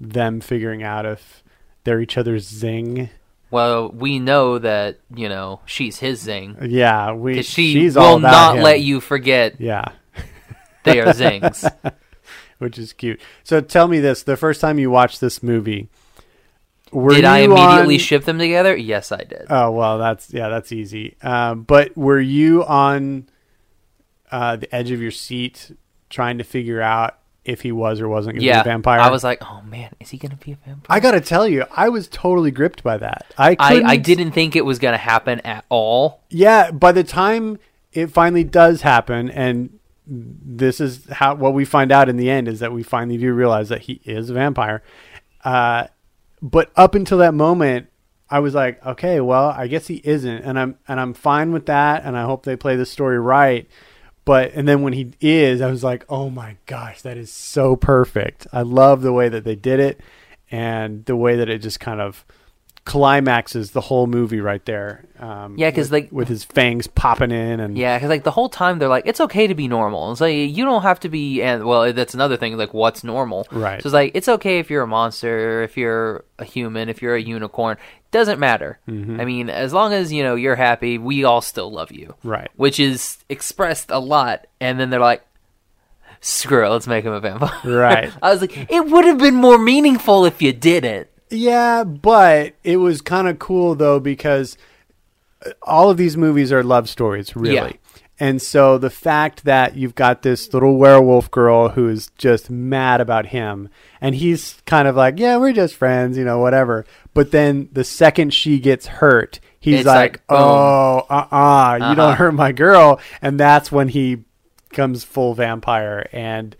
Speaker 2: them figuring out if they're each other's zing.
Speaker 1: Well, we know that you know she's his zing.
Speaker 2: Yeah, we
Speaker 1: 'Cause She
Speaker 2: she's all
Speaker 1: will
Speaker 2: about
Speaker 1: not
Speaker 2: him.
Speaker 1: let you forget
Speaker 2: Yeah,
Speaker 1: they are zings.
Speaker 2: which is cute. So tell me this: the first time you watched this movie, were
Speaker 1: did I
Speaker 2: you
Speaker 1: immediately
Speaker 2: on-
Speaker 1: ship them together? Yes, I did.
Speaker 2: Oh well, that's yeah, that's easy. Um, but were you on uh, the edge of your seat trying to figure out if he was or wasn't going to
Speaker 1: yeah,
Speaker 2: be a vampire?
Speaker 1: I was like, oh man, is he gonna be a vampire?
Speaker 2: I gotta tell you, I was totally gripped by that. I
Speaker 1: I, I
Speaker 2: couldn't-
Speaker 1: didn't think it was gonna happen at all.
Speaker 2: Yeah, by the time it finally does happen, and this is how what we find out in the end is that we finally do realize that he is a vampire. Uh, but up until that moment, I was like, okay, well, I guess he isn't, and I'm and I'm fine with that, and I hope they play the story right. But and then when he is, I was like, oh my gosh, that is so perfect. I love the way that they did it, and the way that it just kind of climaxes the whole movie right there. Um,
Speaker 1: Yeah, 'cause,
Speaker 2: with-
Speaker 1: like-
Speaker 2: with his fangs popping in and
Speaker 1: Yeah, because like the whole time they're like, it's okay to be normal. It's like you don't have to be, and well, that's another thing. Like, what's normal?
Speaker 2: Right.
Speaker 1: So it's like it's okay if you're a monster, if you're a human, if you're a unicorn. Doesn't matter.
Speaker 2: Mm-hmm.
Speaker 1: I mean, as long as you know you're happy, we all still love you.
Speaker 2: Right.
Speaker 1: Which is expressed a lot, and then they're like, screw it, let's make him a vampire.
Speaker 2: Right.
Speaker 1: I was like, it would have been more meaningful if you didn't.
Speaker 2: Yeah, but it was kind of cool though because uh, all of these movies are love stories, really.
Speaker 1: Yeah.
Speaker 2: And so the fact that you've got this little werewolf girl who is just mad about him, and he's kind of like, "Yeah, we're just friends, you know, whatever." But then the second she gets hurt, he's
Speaker 1: It's
Speaker 2: like,
Speaker 1: like, boom. Uh-huh.
Speaker 2: "Oh, uh, uh you don't hurt my girl," and that's when he comes full vampire and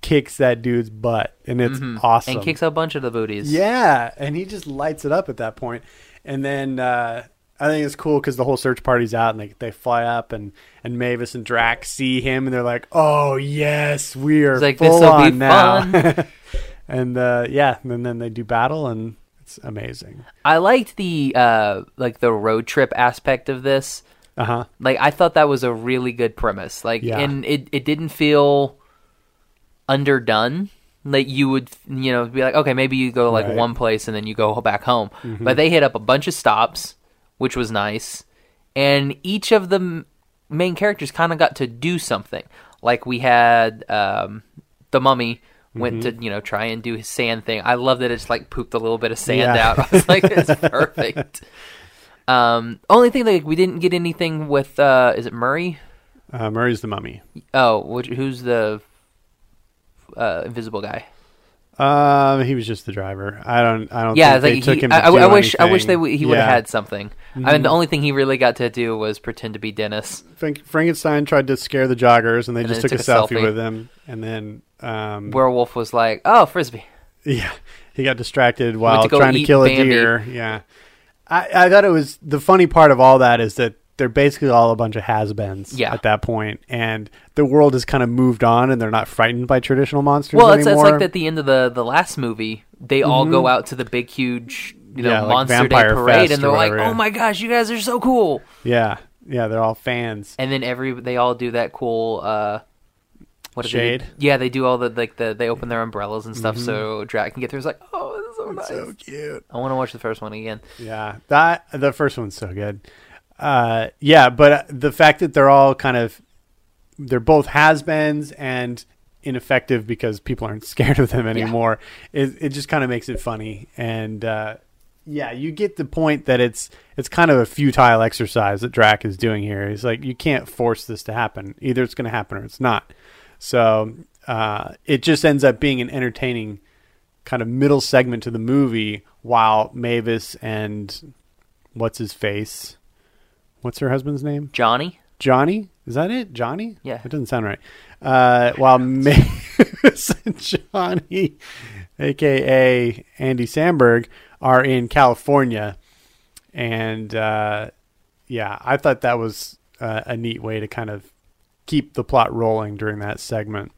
Speaker 2: kicks that dude's butt, and it's awesome.
Speaker 1: Mm-hmm. And kicks a bunch of the booties.
Speaker 2: Yeah, and he just lights it up at that point. And then uh, I think it's cool because the whole search party's out, and they they fly up, and and Mavis and Drax see him, and they're like, "Oh yes, we are
Speaker 1: It's like,
Speaker 2: full
Speaker 1: this'll be
Speaker 2: on now." and uh, yeah, and then they do battle, and it's amazing.
Speaker 1: I liked the uh like the road trip aspect of this.
Speaker 2: Uh huh.
Speaker 1: Like I thought that was a really good premise. Like
Speaker 2: Yeah.
Speaker 1: and it it didn't feel underdone. Like you would you know be like okay maybe you go to like
Speaker 2: Right. Mm-hmm.
Speaker 1: one place and then you go back home. But they hit up a bunch of stops, which was nice. And each of the m- main characters kind of got to do something. Like we had um the mummy went
Speaker 2: Mm-hmm.
Speaker 1: to you know try and do his sand thing. I love that it's like pooped a little bit of sand
Speaker 2: Yeah.
Speaker 1: out. I was like it's perfect. Um, only thing like we didn't get anything with uh, is it Murray?
Speaker 2: Uh, Murray's the mummy.
Speaker 1: Oh, which, who's the uh, invisible guy?
Speaker 2: Um, he was just the driver. I don't. I don't.
Speaker 1: yeah,
Speaker 2: think
Speaker 1: it's like
Speaker 2: they took
Speaker 1: he,
Speaker 2: him. To
Speaker 1: I, I-
Speaker 2: do
Speaker 1: I wish I wish they
Speaker 2: anything.
Speaker 1: w- he would have
Speaker 2: Yeah. Mm-hmm.
Speaker 1: had something. I mean, the only thing he really got to do was pretend to be Dennis.
Speaker 2: Frank- Frankenstein tried to scare the joggers, and they just
Speaker 1: then
Speaker 2: took,
Speaker 1: it
Speaker 2: a,
Speaker 1: took a
Speaker 2: selfie,
Speaker 1: selfie.
Speaker 2: with him, and then um,
Speaker 1: Werewolf was like, "Oh, frisbee."
Speaker 2: Yeah, he got distracted while
Speaker 1: to go
Speaker 2: trying to
Speaker 1: eat
Speaker 2: kill a
Speaker 1: Bambi.
Speaker 2: deer. Yeah, I, I thought it was the funny part of all that is that they're basically all a bunch of has-beens
Speaker 1: Yeah.
Speaker 2: at that point, and the world has kind of moved on, and they're not frightened by traditional monsters
Speaker 1: Well, it's,
Speaker 2: anymore.
Speaker 1: it's like at the end of the the last movie, they all go out to the big huge you know
Speaker 2: Mm-hmm. Yeah, like
Speaker 1: monster day
Speaker 2: Vampire
Speaker 1: parade,
Speaker 2: Fest
Speaker 1: and
Speaker 2: or
Speaker 1: they're like,
Speaker 2: whatever, yeah.
Speaker 1: "Oh my gosh, you guys are so cool!"
Speaker 2: yeah, yeah, they're all fans.
Speaker 1: And then every they all do that cool. Uh, what do they do?
Speaker 2: Shade?
Speaker 1: Yeah, they do all the like the they open their umbrellas and stuff so Drac can get through. It's like, oh, this is so nice.
Speaker 2: Mm-hmm. So cute.
Speaker 1: I want to watch the first one again.
Speaker 2: Yeah, that the first one's so good. Uh, yeah, but uh, the fact that they're all kind of they're both has-beens and ineffective because people aren't scared of them anymore. It it just kind of makes it funny and uh, yeah, you get the point that it's it's kind of a futile exercise that Drac is doing here. He's like you can't force this to happen. Either it's going to happen or it's not. So, uh, it just ends up being an entertaining kind of middle segment to the movie while Mavis and what's his face? What's her husband's name?
Speaker 1: Johnny,
Speaker 2: Johnny? Is that it? Johnny?
Speaker 1: Yeah.
Speaker 2: It doesn't sound right. Uh, while Mavis and Johnny, aka Andy Samberg, are in California. And uh, yeah, I thought that was uh, a neat way to kind of keep the plot rolling during that segment.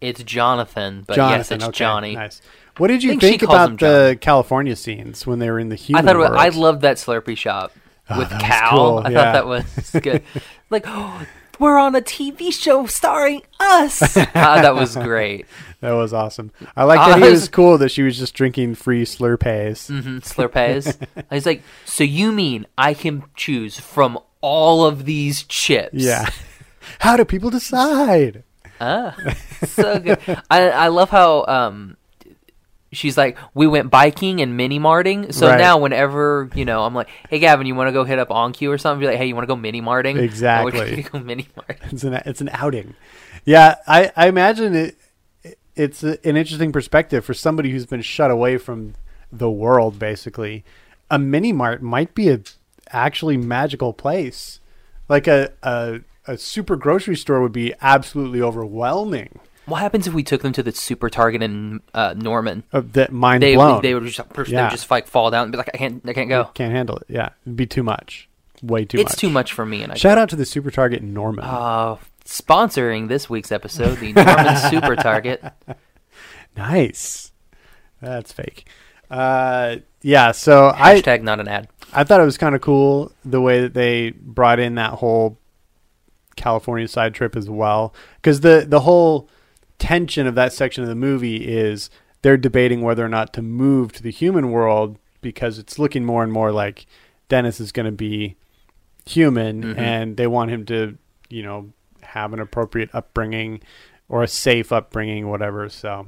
Speaker 1: It's Jonathan, but yes, it's
Speaker 2: okay,
Speaker 1: Johnny.
Speaker 2: Nice. What did you
Speaker 1: think
Speaker 2: think,
Speaker 1: she calls him
Speaker 2: about the California scenes when they were in the
Speaker 1: I
Speaker 2: human
Speaker 1: thought it was,
Speaker 2: world?
Speaker 1: I loved that Slurpee shop with
Speaker 2: Oh, that was
Speaker 1: Cal.
Speaker 2: cool,
Speaker 1: I thought
Speaker 2: yeah.
Speaker 1: that was good. like, oh, we're on a TV show starring us. Ah, that was great.
Speaker 2: that was awesome. I like that
Speaker 1: I
Speaker 2: he
Speaker 1: was-
Speaker 2: was cool that she was just drinking free slurpees.
Speaker 1: hmm Slurpees. I was like, so you mean I can choose from all of these chips?
Speaker 2: Yeah. How do people decide?
Speaker 1: Ah, so good. I, I love how um, she's like, we went biking and mini marting. So
Speaker 2: Right.
Speaker 1: now, whenever you know, I'm like, hey Gavin, you want to go hit up OnQ or something? Be like, hey, you want to go mini marting?
Speaker 2: Exactly.
Speaker 1: go mini marting.
Speaker 2: It's an it's an outing. Yeah, I I imagine it. It's a, an interesting perspective for somebody who's been shut away from the world. Basically, a mini mart might be a actually magical place. Like a a a super grocery store would be absolutely overwhelming.
Speaker 1: What happens if we took them to the super target in uh, Norman?
Speaker 2: Uh, that mind
Speaker 1: They
Speaker 2: blown.
Speaker 1: they would just they would
Speaker 2: Yeah.
Speaker 1: just like fall down and be like, I can't I can't go.
Speaker 2: can't handle it. Yeah, it'd be too much. Way too
Speaker 1: it's
Speaker 2: much.
Speaker 1: too much for me. And I
Speaker 2: Shout out to the super target in Norman.
Speaker 1: uh, sponsoring this week's episode, the Norman Super Target.
Speaker 2: nice. That's fake. Uh, yeah. So I
Speaker 1: Hashtag not an ad.
Speaker 2: I thought it was kind of cool the way that they brought in that whole California side trip as well, because the the whole tension of that section of the movie is they're debating whether or not to move to the human world because it's looking more and more like Dennis is going to be human,
Speaker 1: Mm-hmm.
Speaker 2: and they want him to you know have an appropriate upbringing or a safe upbringing, whatever. So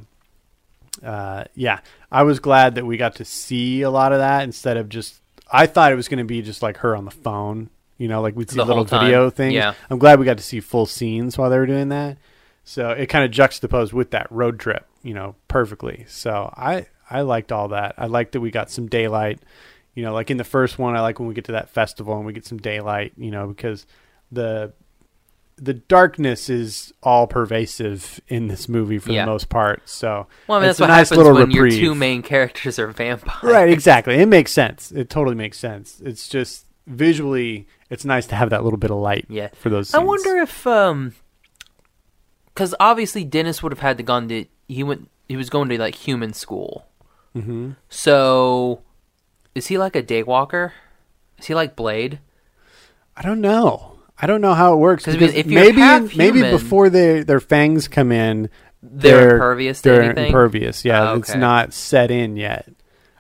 Speaker 2: uh, yeah, I was glad that we got to see a lot of that instead of just. I thought it was going to be just like her on the phone, you know, like we'd see
Speaker 1: The whole
Speaker 2: little
Speaker 1: time,
Speaker 2: video things.
Speaker 1: yeah.
Speaker 2: I'm glad we got to see full scenes while they were doing that. So it kind of juxtaposed with that road trip, you know, perfectly. So I I liked all that. I liked that we got some daylight, you know, like in the first one. I like when we get to that festival and we get some daylight, you know, because the the darkness is all pervasive in this movie for
Speaker 1: Yeah.
Speaker 2: the most part. So
Speaker 1: Well, I mean,
Speaker 2: it's
Speaker 1: that's what
Speaker 2: a nice
Speaker 1: happens
Speaker 2: little
Speaker 1: when
Speaker 2: reprieve.
Speaker 1: your two main characters are vampires.
Speaker 2: right, exactly. It makes sense. It totally makes sense. It's just visually, it's nice to have that little bit of light.
Speaker 1: Yeah.
Speaker 2: for those.
Speaker 1: I
Speaker 2: scenes.
Speaker 1: wonder if, um, because obviously Dennis would have had to gone to he went he was going to like human school. Mm-hmm. So, is he like a day walker? Is he like Blade?
Speaker 2: I don't know. I don't know how it works
Speaker 1: 'Cause, I
Speaker 2: because
Speaker 1: mean, if you're
Speaker 2: maybe
Speaker 1: half
Speaker 2: maybe
Speaker 1: human-
Speaker 2: before their their fangs come in,
Speaker 1: They're impervious to
Speaker 2: they're
Speaker 1: anything?
Speaker 2: impervious. Yeah,
Speaker 1: Oh,
Speaker 2: it's
Speaker 1: okay.
Speaker 2: not set in yet.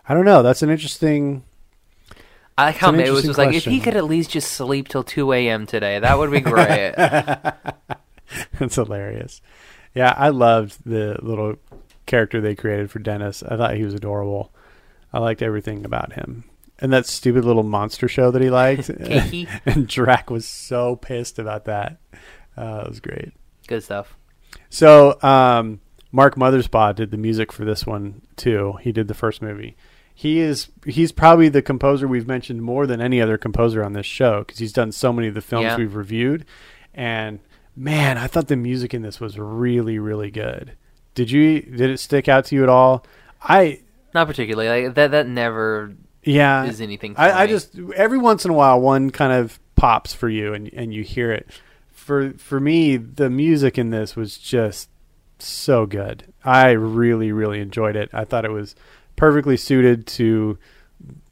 Speaker 2: I don't know. That's an interesting.
Speaker 1: I like how
Speaker 2: an
Speaker 1: it was
Speaker 2: interesting
Speaker 1: just like if he
Speaker 2: question.
Speaker 1: could at least just sleep till two a.m. today, that would be great.
Speaker 2: That's hilarious. Yeah, I loved the little character they created for Dennis. I thought he was adorable. I liked everything about him. And that stupid little monster show that he liked.
Speaker 1: Kiki.
Speaker 2: and Drac was so pissed about that. Uh, it was great.
Speaker 1: Good stuff.
Speaker 2: So um, Mark Mothersbaugh did the music for this one too. He did the first movie. He is he's probably the composer we've mentioned more than any other composer on this show because he's done so many of the films
Speaker 1: Yeah.
Speaker 2: we've reviewed. And man, I thought the music in this was really really good. Did you did it stick out to you at all? I
Speaker 1: Not particularly like that. That never
Speaker 2: yeah
Speaker 1: is anything. For
Speaker 2: I, I
Speaker 1: me.
Speaker 2: just every once in a while one kind of pops for you and and you hear it. For for me, the music in this was just so good. I really really enjoyed it. I thought it was perfectly suited to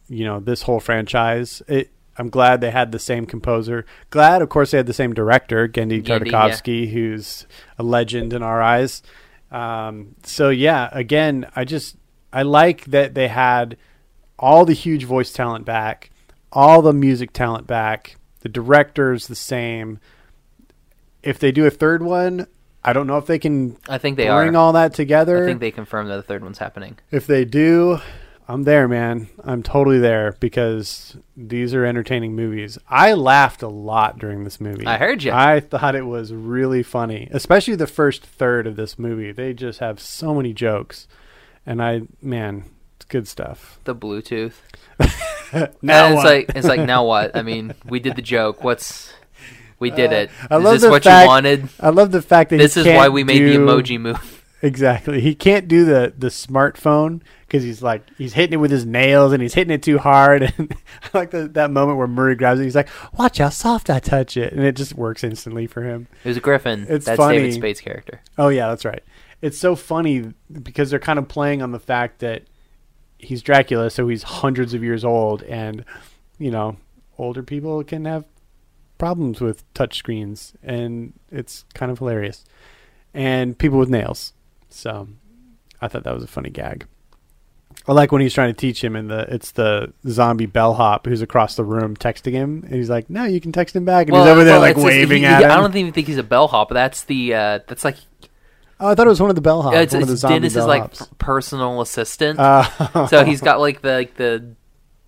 Speaker 2: you know this whole franchise. It, I'm glad they had the same composer. Glad, of course, they had the same director, Gendy
Speaker 1: Gendy, yeah.
Speaker 2: Tartakovsky, who's a legend in our eyes. Um, so yeah, again, I just I like that they had all the huge voice talent back, all the music talent back, the directors the same. If they do a third one, I don't know if they can
Speaker 1: I think they are.
Speaker 2: bring all that together.
Speaker 1: I think they confirmed that the third one's happening.
Speaker 2: If they do, I'm there, man. I'm totally there because these are entertaining movies. I laughed a lot during this movie.
Speaker 1: I heard ya.
Speaker 2: I thought it was really funny, especially the first third of this movie. They just have so many jokes, and I, man, it's good stuff.
Speaker 1: The Bluetooth.
Speaker 2: Now
Speaker 1: and it's
Speaker 2: what?
Speaker 1: like it's like now what? I mean, we did the joke. What's we did it. Is
Speaker 2: Uh, I love
Speaker 1: this
Speaker 2: the
Speaker 1: what
Speaker 2: fact-
Speaker 1: you wanted?
Speaker 2: I love the fact that
Speaker 1: This
Speaker 2: he
Speaker 1: is
Speaker 2: can't
Speaker 1: why we made the
Speaker 2: do-
Speaker 1: emoji move.
Speaker 2: Exactly. He can't do the the smartphone because he's like he's hitting it with his nails and he's hitting it too hard. And I like the, that moment where Murray grabs it. He's like, "Watch how soft I touch it," and it just works instantly for him.
Speaker 1: It was a Griffin.
Speaker 2: It's
Speaker 1: That's
Speaker 2: funny.
Speaker 1: David Spade's character.
Speaker 2: Oh yeah, that's right. it's so funny because they're kind of playing on the fact that he's Dracula, so he's hundreds of years old, and you know, older people can have problems with touch screens, and it's kind of hilarious. And people with nails, so I thought that was a funny gag. I like when he's trying to teach him, and the it's the zombie bellhop who's across the room texting him, and he's like, "No, you can text him back," and he's over there like
Speaker 1: it's just-
Speaker 2: waving
Speaker 1: he-
Speaker 2: at
Speaker 1: he-
Speaker 2: him.
Speaker 1: I don't even think he's a bellhop. That's the uh, that's like
Speaker 2: oh, I thought it was one of the bellhops.
Speaker 1: uh, it's,
Speaker 2: one of the
Speaker 1: it's
Speaker 2: zombie
Speaker 1: Dennis's like
Speaker 2: bellhops.
Speaker 1: p- personal assistant.
Speaker 2: Uh,
Speaker 1: so he's got like the like the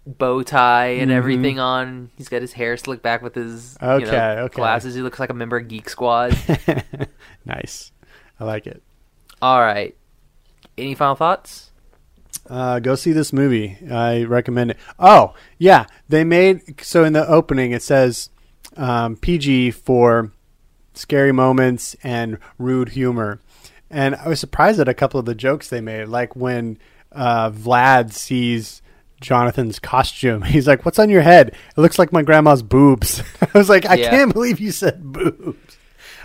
Speaker 1: bow tie and everything on. He's got his hair slicked back with his you
Speaker 2: Mm-hmm. Okay,
Speaker 1: know,
Speaker 2: okay.
Speaker 1: glasses. He looks like a member of Geek Squad.
Speaker 2: nice. I like it.
Speaker 1: All right. Any final thoughts?
Speaker 2: Uh, go see this movie. I recommend it. Oh, yeah. They made so in the opening it says um, PG for scary moments and rude humor. And I was surprised at a couple of the jokes they made, like when uh, Vlad sees Jonathan's costume. He's like, "What's on your head? It looks like my grandma's boobs." I was like, "I
Speaker 1: Yeah.
Speaker 2: can't believe you said boobs."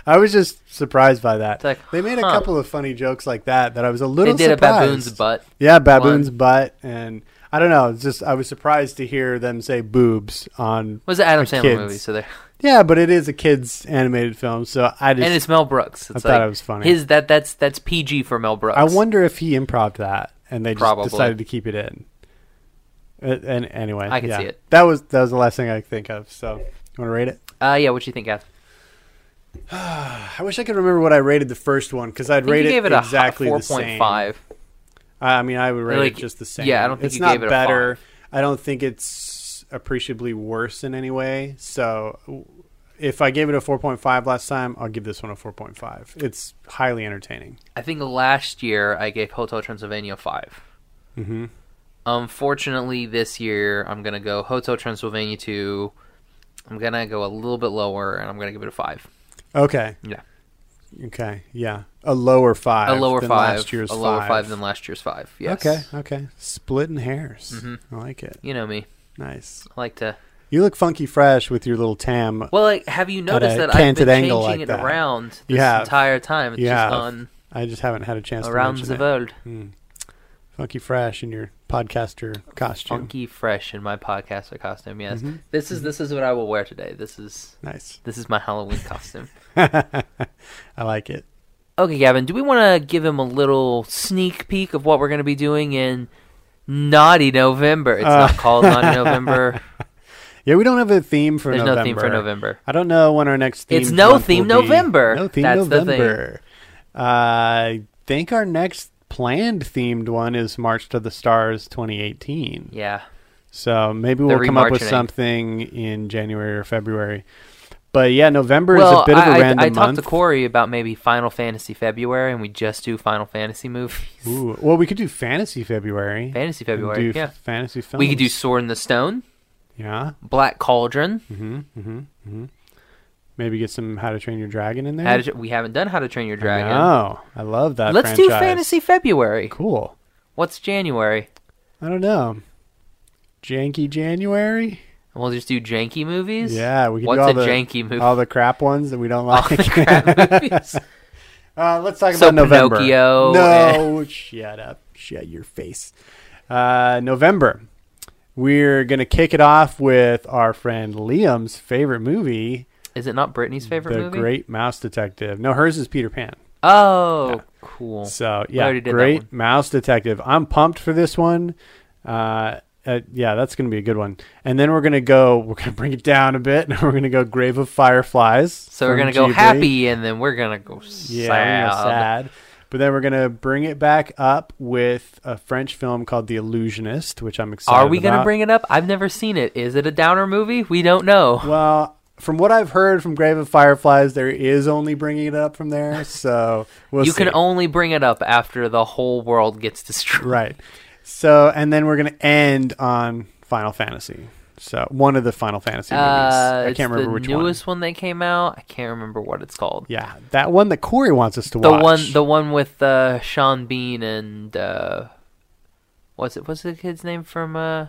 Speaker 2: I was just surprised by that.
Speaker 1: like,
Speaker 2: they made a
Speaker 1: huh.
Speaker 2: couple of funny jokes like that that I was a little
Speaker 1: They did
Speaker 2: surprised.
Speaker 1: a baboon's butt.
Speaker 2: Yeah, baboon's butt, and I don't know. It's just I was surprised to hear them say boobs on.
Speaker 1: Was an Adam Sandler
Speaker 2: kids.
Speaker 1: movie? So there.
Speaker 2: Yeah, but it is a kids animated film, so I just
Speaker 1: And it's Mel Brooks. It's
Speaker 2: thought
Speaker 1: like
Speaker 2: it was funny.
Speaker 1: His that that's that's PG for Mel Brooks.
Speaker 2: I wonder if he improv that and they
Speaker 1: Probably.
Speaker 2: just decided to keep it in. Uh, and anyway,
Speaker 1: I can
Speaker 2: yeah.
Speaker 1: see it.
Speaker 2: That was that was the last thing I could think of. So you want to rate it?
Speaker 1: Uh, yeah. What you think, Gav?
Speaker 2: I wish I could remember what I rated the first one because I'd
Speaker 1: I think
Speaker 2: rate
Speaker 1: you gave it,
Speaker 2: it exactly
Speaker 1: a
Speaker 2: the
Speaker 1: four
Speaker 2: same.
Speaker 1: point five.
Speaker 2: I mean, I would rate
Speaker 1: Like,
Speaker 2: it just the same.
Speaker 1: yeah, I don't think
Speaker 2: it's
Speaker 1: you
Speaker 2: not
Speaker 1: gave it a
Speaker 2: better. I don't think it's appreciably worse in any way. So, w- if I gave it a four point five last time, I'll give this one a four point five. It's highly entertaining.
Speaker 1: I think last year I gave Hotel Transylvania 5 Mm-hmm. Unfortunately, this year I'm gonna go Hotel Transylvania two. I'm gonna go a little bit lower, and I'm gonna give it a five.
Speaker 2: Okay.
Speaker 1: Yeah.
Speaker 2: Okay. Yeah. A lower five.
Speaker 1: A lower
Speaker 2: than
Speaker 1: five.
Speaker 2: Last year's
Speaker 1: a lower five. than last year's Mm-hmm. five. Yes.
Speaker 2: Okay. Okay. Splitting hairs. I like it.
Speaker 1: You know me.
Speaker 2: Nice.
Speaker 1: I like to.
Speaker 2: You look funky fresh with your little tam.
Speaker 1: Well, like, have you noticed
Speaker 2: a
Speaker 1: that I've
Speaker 2: canted
Speaker 1: been changing
Speaker 2: angle like
Speaker 1: it
Speaker 2: that.
Speaker 1: around this
Speaker 2: You have.
Speaker 1: entire time? It's
Speaker 2: You
Speaker 1: just
Speaker 2: have.
Speaker 1: gone
Speaker 2: I just haven't had a chance
Speaker 1: around
Speaker 2: to
Speaker 1: the
Speaker 2: mention it.
Speaker 1: world.
Speaker 2: Funky fresh in your podcaster costume.
Speaker 1: Funky fresh in my podcaster costume. Yes.
Speaker 2: Mm-hmm.
Speaker 1: This is this is what I will wear today. This is
Speaker 2: Nice.
Speaker 1: this is my Halloween costume.
Speaker 2: I like it.
Speaker 1: Okay, Gavin, do we want to give him a little sneak peek of what we're going to be doing in Naughty November? It's
Speaker 2: Uh,
Speaker 1: not called Naughty November.
Speaker 2: Yeah, we don't have a theme for
Speaker 1: There's
Speaker 2: November.
Speaker 1: no theme for November.
Speaker 2: I don't know when our next theme.
Speaker 1: It's no
Speaker 2: month
Speaker 1: theme
Speaker 2: will be.
Speaker 1: November.
Speaker 2: No theme
Speaker 1: That's the thing.
Speaker 2: November. Uh, I think our next planned themed one is March to the Stars 2018.
Speaker 1: Yeah.
Speaker 2: So maybe we'll come up with
Speaker 1: remarching.
Speaker 2: something in January or February. But yeah, November
Speaker 1: well,
Speaker 2: is a bit of a
Speaker 1: I- I-
Speaker 2: random
Speaker 1: I, talked
Speaker 2: month.
Speaker 1: to Corey about maybe Final Fantasy February, and we just do Final Fantasy movies.
Speaker 2: Ooh, well, we could do fantasy February.
Speaker 1: Fantasy
Speaker 2: and
Speaker 1: February,
Speaker 2: do
Speaker 1: yeah.
Speaker 2: f- fantasy films.
Speaker 1: We could do Sword in the Stone,
Speaker 2: yeah.
Speaker 1: Black Cauldron.
Speaker 2: Mm-hmm, Maybe get some How to Train Your Dragon in there.
Speaker 1: How to- we haven't done How to Train Your Dragon.
Speaker 2: No, I love that.
Speaker 1: Let's do
Speaker 2: franchise.
Speaker 1: Fantasy February.
Speaker 2: Cool.
Speaker 1: What's January?
Speaker 2: I don't know. Janky January.
Speaker 1: And We'll just do janky movies.
Speaker 2: Yeah, we can
Speaker 1: What's
Speaker 2: do all
Speaker 1: a
Speaker 2: the
Speaker 1: janky movie?
Speaker 2: all the crap ones that we don't
Speaker 1: All
Speaker 2: like.
Speaker 1: the crap movies.
Speaker 2: Uh, let's talk
Speaker 1: Oh, So
Speaker 2: about November.
Speaker 1: Pinocchio
Speaker 2: No, shut up, shut your face. Uh, November. We're gonna kick it off with our friend Liam's favorite movie,
Speaker 1: Is it not Britney's favorite
Speaker 2: The
Speaker 1: movie?
Speaker 2: Great Mouse Detective. No, hers is Peter Pan.
Speaker 1: Oh, cool.
Speaker 2: So
Speaker 1: I
Speaker 2: yeah,
Speaker 1: already did that
Speaker 2: great
Speaker 1: one.
Speaker 2: Mouse Detective. I'm pumped for this one. Uh, uh, yeah, that's gonna be a good one. And then we're gonna go. We're gonna bring it down a bit, and we're gonna go Grave of Fireflies.
Speaker 1: so we're
Speaker 2: from
Speaker 1: gonna go
Speaker 2: Ghibli.
Speaker 1: happy, and then we're gonna go sad.
Speaker 2: Yeah, we're gonna go sad. But then we're gonna bring it back up with a French film called The Illusionist, which I'm excited.
Speaker 1: Are we gonna
Speaker 2: about.
Speaker 1: bring it up? I've never seen it. Is it a downer movie? We don't know.
Speaker 2: Well, from what I've heard from Grave of Fireflies, there is only bringing it up from there. So we'll
Speaker 1: you
Speaker 2: see.
Speaker 1: can only bring it up after the whole world gets destroyed.
Speaker 2: Right. So, and then we're going to end on Final Fantasy. So, one of the Final Fantasy movies.
Speaker 1: Uh,
Speaker 2: I
Speaker 1: it's
Speaker 2: can't remember
Speaker 1: the
Speaker 2: which
Speaker 1: newest one. that came out. I can't remember what it's called.
Speaker 2: one. Yeah, that one that Corey wants us to
Speaker 1: the
Speaker 2: watch.
Speaker 1: one, the one with uh, Sean Bean and uh, what's it? What's the kid's name from uh,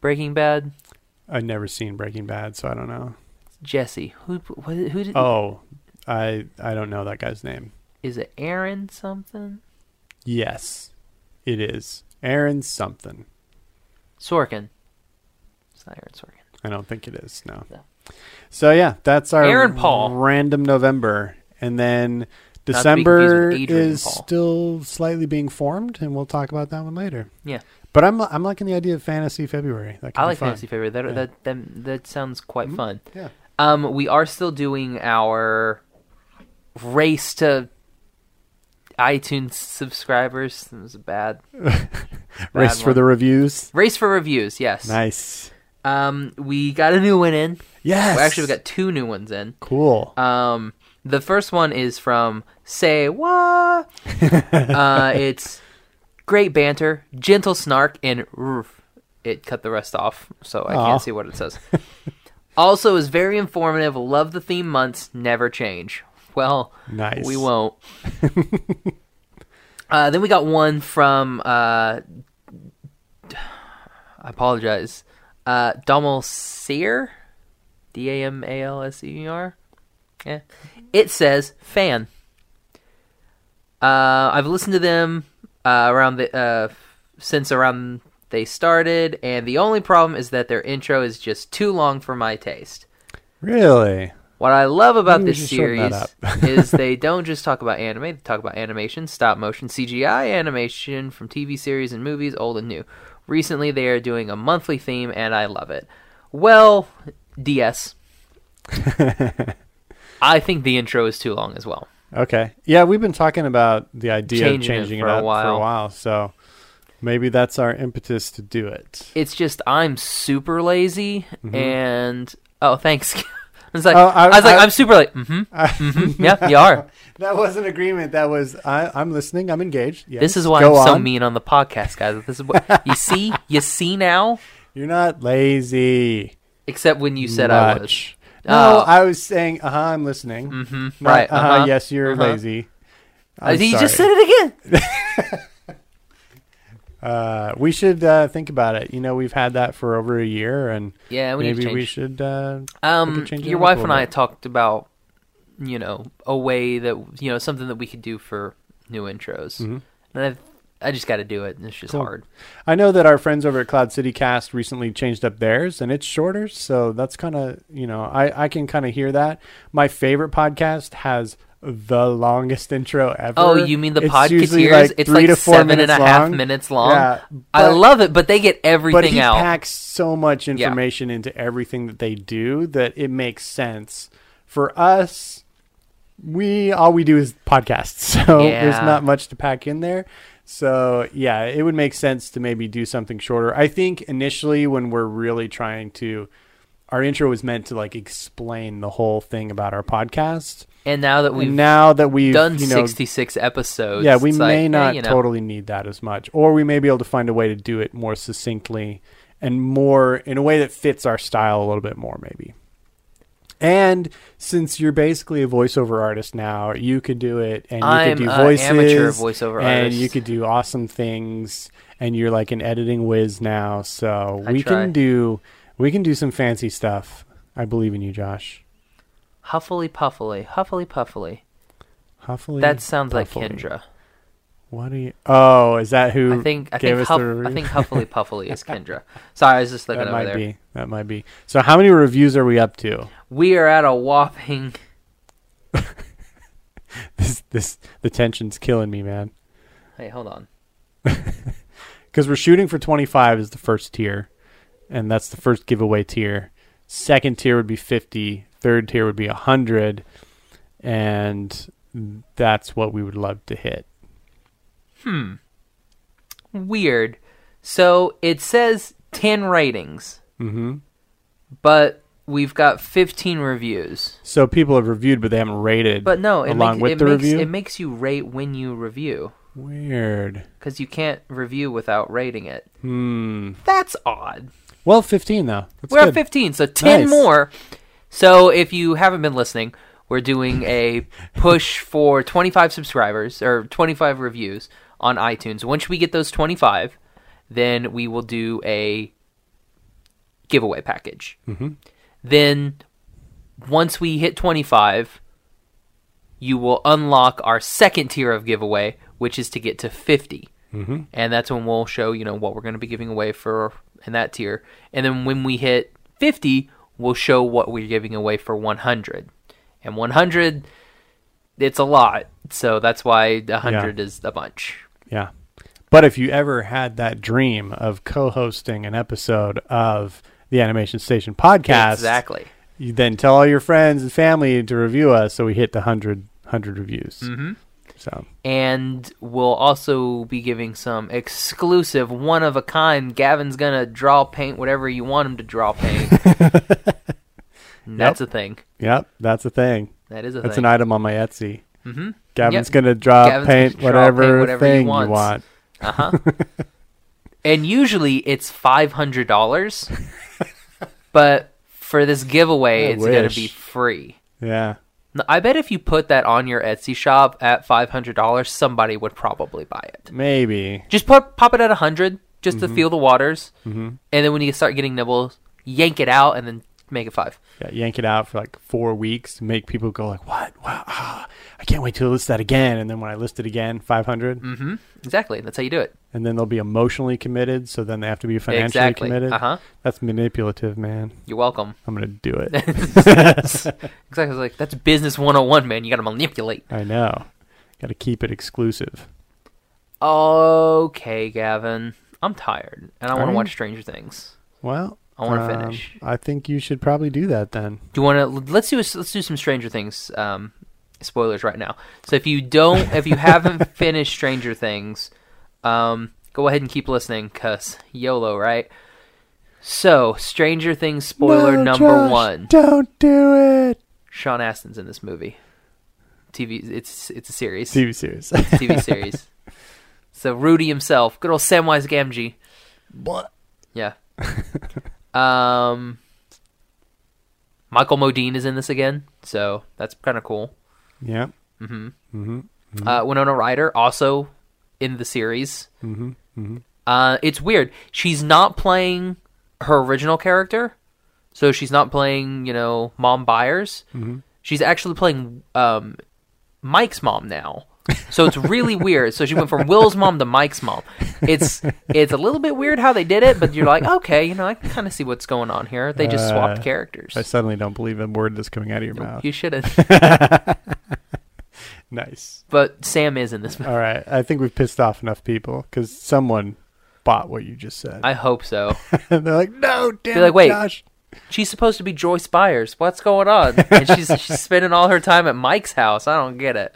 Speaker 1: Breaking Bad?
Speaker 2: I've never seen Breaking Bad, so I don't know.
Speaker 1: Jesse. Who? Who, who did?
Speaker 2: Oh, I I don't know that guy's name.
Speaker 1: Is it Aaron something?
Speaker 2: Yes, it is. Aaron something.
Speaker 1: Sorkin. It's not Aaron Sorkin.
Speaker 2: I don't think it is. No.
Speaker 1: No.
Speaker 2: So yeah, that's our
Speaker 1: Aaron Paul.
Speaker 2: random November, and then
Speaker 1: to be
Speaker 2: December
Speaker 1: confused with Adrian
Speaker 2: is
Speaker 1: Paul.
Speaker 2: still slightly being formed, and we'll talk about that one later.
Speaker 1: Yeah,
Speaker 2: But I'm I'm liking the idea of fantasy February. That could
Speaker 1: I
Speaker 2: be
Speaker 1: like
Speaker 2: fun.
Speaker 1: Fantasy Favorite. That,
Speaker 2: Yeah. Mm-hmm.
Speaker 1: that that that sounds quite fun.
Speaker 2: Yeah.
Speaker 1: Um, we are still doing our race to iTunes subscribers. That was a bad
Speaker 2: Race for
Speaker 1: one.
Speaker 2: the reviews.
Speaker 1: race for reviews. Yes.
Speaker 2: Nice.
Speaker 1: Um, we got a new one in.
Speaker 2: Yes.
Speaker 1: Well, actually, we got two new ones in.
Speaker 2: cool.
Speaker 1: Um, the first one is from Say What. uh, it's great banter, gentle snark, and roof. It cut the rest off, so I
Speaker 2: Aw.
Speaker 1: can't see what it says. also, is very informative. Love the theme months. Never change. Well,
Speaker 2: Nice.
Speaker 1: we won't. uh, then we got one from. Uh, I apologize. Uh, Domal Seer, D A M A L S E R. Yeah. It says fan. Uh, I've listened to them uh, around the uh, since around they started, and the only problem is that their intro is just too long for my taste.
Speaker 2: really.
Speaker 1: What I love about
Speaker 2: Maybe we
Speaker 1: this
Speaker 2: should shorten
Speaker 1: series
Speaker 2: that
Speaker 1: is they don't just talk about anime, they talk about animation, stop motion, CGI animation from TV series and movies, old and new. Recently, they are doing a monthly theme, and I love it. Well, DS. I think the intro is too long as well.
Speaker 2: Okay. Yeah, we've been talking about the idea
Speaker 1: Changing
Speaker 2: of
Speaker 1: it
Speaker 2: changing it,
Speaker 1: for a
Speaker 2: up for a
Speaker 1: while.
Speaker 2: while, so maybe that's our impetus to do it.
Speaker 1: It's just I'm super lazy, and oh, thanks. I was like,
Speaker 2: Mm-hmm. Oh, I-
Speaker 1: I, was like,
Speaker 2: I-
Speaker 1: I, am super late. Mm-hmm. mm-hmm. Yeah, you are.
Speaker 2: That was an agreement. That was I, I'm listening. I'm engaged. Yes.
Speaker 1: This is why
Speaker 2: Go
Speaker 1: I'm so
Speaker 2: on.
Speaker 1: mean on the podcast, guys. This is what you see. You see now.
Speaker 2: You're not lazy.
Speaker 1: Except when you said I was.
Speaker 2: much. No,
Speaker 1: Oh.
Speaker 2: I was saying. Uh huh. I'm listening.
Speaker 1: Mm-hmm.
Speaker 2: Not,
Speaker 1: right.
Speaker 2: Uh-huh,
Speaker 1: uh-huh.
Speaker 2: Yes, you're
Speaker 1: uh-huh.
Speaker 2: lazy.
Speaker 1: Uh,
Speaker 2: I'm
Speaker 1: you just said
Speaker 2: sorry.
Speaker 1: it again.
Speaker 2: Uh, we should uh, think about it. You know, we've had that for over a year, and
Speaker 1: Yeah, we need
Speaker 2: maybe
Speaker 1: to
Speaker 2: we
Speaker 1: change.
Speaker 2: should. Uh, we
Speaker 1: um,
Speaker 2: could change it
Speaker 1: your
Speaker 2: up a
Speaker 1: wife and
Speaker 2: little
Speaker 1: I
Speaker 2: bit.
Speaker 1: talked about, you know, a way that you know something that we could do for new intros, and I've, I just got to do it, and it's just
Speaker 2: Mm-hmm. Cool.
Speaker 1: hard.
Speaker 2: I know that our friends over at Cloud City Cast recently changed up theirs, and it's shorter, so that's kind of you know I I can kind of hear that. My favorite podcast has the longest intro ever.
Speaker 1: Oh, you mean the
Speaker 2: It's usually,
Speaker 1: Podketeers? it's like seven and a half minutes long.
Speaker 2: Yeah,
Speaker 1: I
Speaker 2: but-
Speaker 1: love it, but they get
Speaker 2: but he
Speaker 1: everything out.
Speaker 2: packs so much information into everything that they do that it makes sense for us. We all we do is podcasts, so there's
Speaker 1: Yeah.
Speaker 2: not much to pack in there. So yeah, it would make sense to maybe do something shorter. I think initially when we're really trying to, our intro was meant to like explain the whole thing about our podcast.
Speaker 1: and now that we've
Speaker 2: And now that we've
Speaker 1: done
Speaker 2: you know,
Speaker 1: 66 episodes,
Speaker 2: yeah, we
Speaker 1: it's like,
Speaker 2: may
Speaker 1: eh,
Speaker 2: not
Speaker 1: you know.
Speaker 2: totally need that as much, or we may be able to find a way to do it more succinctly and more in a way that fits our style a little bit more, maybe. And since you're basically a voiceover artist now, you could do it, and you
Speaker 1: I'm
Speaker 2: could do
Speaker 1: a
Speaker 2: voices,
Speaker 1: amateur voiceover
Speaker 2: and
Speaker 1: artist.
Speaker 2: you could do awesome things, and you're like an editing whiz now. So
Speaker 1: I
Speaker 2: we
Speaker 1: try.
Speaker 2: can do we can do some fancy stuff. I believe in you, Josh.
Speaker 1: Huffily puffily, huffily puffily.
Speaker 2: Huffily,
Speaker 1: That sounds
Speaker 2: puffily.
Speaker 1: like Kendra.
Speaker 2: What do you? Oh, is that who?
Speaker 1: I think I
Speaker 2: gave
Speaker 1: think
Speaker 2: us
Speaker 1: Huff,
Speaker 2: the
Speaker 1: I
Speaker 2: review?
Speaker 1: think Huffily Puffily is Kendra. Sorry, I was just looking
Speaker 2: that
Speaker 1: over
Speaker 2: might
Speaker 1: there.
Speaker 2: be. That might be. So how many reviews are we up to?
Speaker 1: We are at a whopping.
Speaker 2: This this the tension's killing me, man.
Speaker 1: Hey, hold on.
Speaker 2: Because we're shooting for 25 is the first tier, and that's the first giveaway tier. Second tier would be 50. Third tier would be 100, and that's what we would love to hit.
Speaker 1: Weird. So it says ten ratings,
Speaker 2: hmm
Speaker 1: but we've got fifteen reviews.
Speaker 2: So people have reviewed, but they haven't rated.
Speaker 1: But no, it
Speaker 2: along
Speaker 1: makes,
Speaker 2: with
Speaker 1: it,
Speaker 2: the
Speaker 1: makes
Speaker 2: review,
Speaker 1: it makes you rate when you review
Speaker 2: weird.
Speaker 1: because you can't review without rating it.
Speaker 2: Hmm.
Speaker 1: That's odd.
Speaker 2: Well, 15 though. That's
Speaker 1: we're
Speaker 2: good.
Speaker 1: at fifteen, so ten
Speaker 2: Nice.
Speaker 1: more. So if you haven't been listening. We're doing a push for 25 subscribers or 25 reviews on iTunes. Once we get those 25, then we will do a giveaway package. Mm-hmm. Then, once we hit 25, you will unlock our second tier of giveaway, which is to get to 50. Mm-hmm. And that's when we'll show, you know, what we're going to be giving away for in that tier. And then when we hit 50, we'll show what we're giving away for 100. And 100, it's a lot. So that's why 100 is a bunch.
Speaker 2: Yeah. But if you ever had that dream of co-hosting an episode of the Animation Station podcast,
Speaker 1: Exactly.
Speaker 2: you then tell all your friends and family to review us so we hit the 100, 100 reviews. Mm-hmm. So,
Speaker 1: and we'll also be giving some exclusive one of a kind gavin's gonna draw paint whatever you want him to draw paint And that's a thing
Speaker 2: yep, that's a thing.
Speaker 1: that is a
Speaker 2: That's
Speaker 1: thing
Speaker 2: an item on my Etsy. Mm-hmm. Gavin's
Speaker 1: Yep.
Speaker 2: going to draw
Speaker 1: Gavin's gonna
Speaker 2: paint
Speaker 1: draw
Speaker 2: whatever
Speaker 1: paint whatever he
Speaker 2: thing you
Speaker 1: wants.
Speaker 2: want.
Speaker 1: and usually it's $500 but for this giveaway
Speaker 2: I
Speaker 1: it's gonna
Speaker 2: wish.
Speaker 1: be free
Speaker 2: Yeah.
Speaker 1: N- i bet if you put that on your etsy shop at $500 somebody would probably buy it
Speaker 2: Maybe.
Speaker 1: just put, pop it at 100 just
Speaker 2: Mm-hmm.
Speaker 1: to feel the waters and then when you start getting nibbles yank it out and then make it five
Speaker 2: Yeah, yank it out for like four weeks, make people go like, "What? Wow! Ah, I can't wait to list that again." And then when I list it again, five
Speaker 1: Mm-hmm. Exactly. That's how you do it.
Speaker 2: and then they'll be emotionally committed. So then they have to be financially
Speaker 1: Exactly.
Speaker 2: committed.
Speaker 1: Uh-huh.
Speaker 2: That's manipulative, man.
Speaker 1: You're welcome.
Speaker 2: I'm gonna do it.
Speaker 1: Exactly. It's Like that's business 101, man. You got to manipulate.
Speaker 2: I know. Got to keep it exclusive.
Speaker 1: Okay, Gavin. I'm tired and I want
Speaker 2: Are
Speaker 1: to
Speaker 2: you?
Speaker 1: watch Stranger Things.
Speaker 2: Well,
Speaker 1: I
Speaker 2: um,
Speaker 1: wanna finish.
Speaker 2: I think you should probably do that then.
Speaker 1: Do you want to let's do a, let's do some Stranger Things um spoilers right now. So if you don't if you haven't finished Stranger Things, um go ahead and keep listening cuz YOLO, right? So, Stranger Things spoiler
Speaker 2: No,
Speaker 1: number
Speaker 2: Josh,
Speaker 1: 1.
Speaker 2: Don't do it.
Speaker 1: Sean Astin's in this movie. TV it's it's a series.
Speaker 2: TV series.
Speaker 1: TV series. So Rudy himself, good old Samwise Gamgee.
Speaker 2: What?
Speaker 1: Yeah. um, Michael Modine is in this again, so that's kind of cool.
Speaker 2: yeah.
Speaker 1: Uh, Winona Ryder also in the series. Mm-hmm. Uh, it's weird. She's not playing her original character, so she's not playing you know Mom Byers. She's actually playing um, Mike's mom now. So it's really weird. So she went from Will's mom to Mike's mom. It's it's a little bit weird how they did it, but you're like, okay, you know, I kind of see what's going on here. They just swapped
Speaker 2: Uh,
Speaker 1: characters.
Speaker 2: I suddenly don't believe a word that's coming out of your mouth.
Speaker 1: You shouldn't.
Speaker 2: nice.
Speaker 1: But Sam is in this movie.
Speaker 2: All right. I think we've pissed off enough people because someone bought what you just said.
Speaker 1: I hope so.
Speaker 2: and they're like, no, damn
Speaker 1: They're like,
Speaker 2: it,
Speaker 1: wait.
Speaker 2: Josh.
Speaker 1: she's supposed to be Joyce Byers. What's going on? And she's she's spending all her time at Mike's house. I don't get it.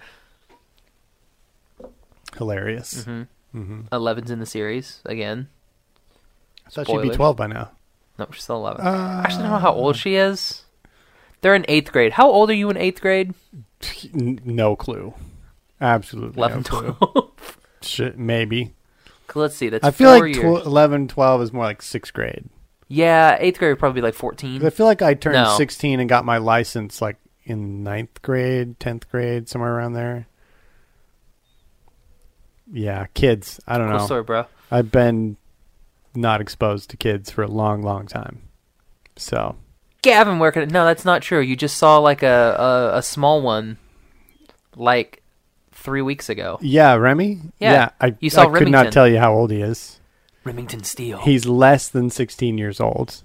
Speaker 2: Hilarious.
Speaker 1: Mm-hmm. Eleven's in the series again.
Speaker 2: I thought she'd
Speaker 1: Spoiler.
Speaker 2: be Uh, 12 by now.
Speaker 1: No, she's still eleven. I actually don't know how old she is. They're in eighth grade. How old are you in eighth grade?
Speaker 2: N- no clue. Absolutely.
Speaker 1: 11,
Speaker 2: no clue.
Speaker 1: 12.
Speaker 2: Shit, maybe.
Speaker 1: Let's see. That's
Speaker 2: I feel
Speaker 1: four
Speaker 2: like
Speaker 1: years.
Speaker 2: tw- 11, 12 is more like sixth grade.
Speaker 1: yeah, eighth grade would probably be like
Speaker 2: 'Cause I
Speaker 1: fourteen.
Speaker 2: feel like I turned
Speaker 1: No.
Speaker 2: 16 and got my license like in ninth grade, 10th grade, somewhere around there. Yeah, kids. I don't
Speaker 1: Cool
Speaker 2: know.
Speaker 1: story, bro.
Speaker 2: I've been not exposed to kids for a long, long time. So
Speaker 1: Gavin, where could? No, that's not true. You just saw like a a, a small one, like three weeks ago.
Speaker 2: yeah, Remy.
Speaker 1: Yeah,
Speaker 2: I,
Speaker 1: you saw
Speaker 2: I could not
Speaker 1: Remington.
Speaker 2: tell you how old he is.
Speaker 1: Remington Steele.
Speaker 2: He's less than sixteen years old.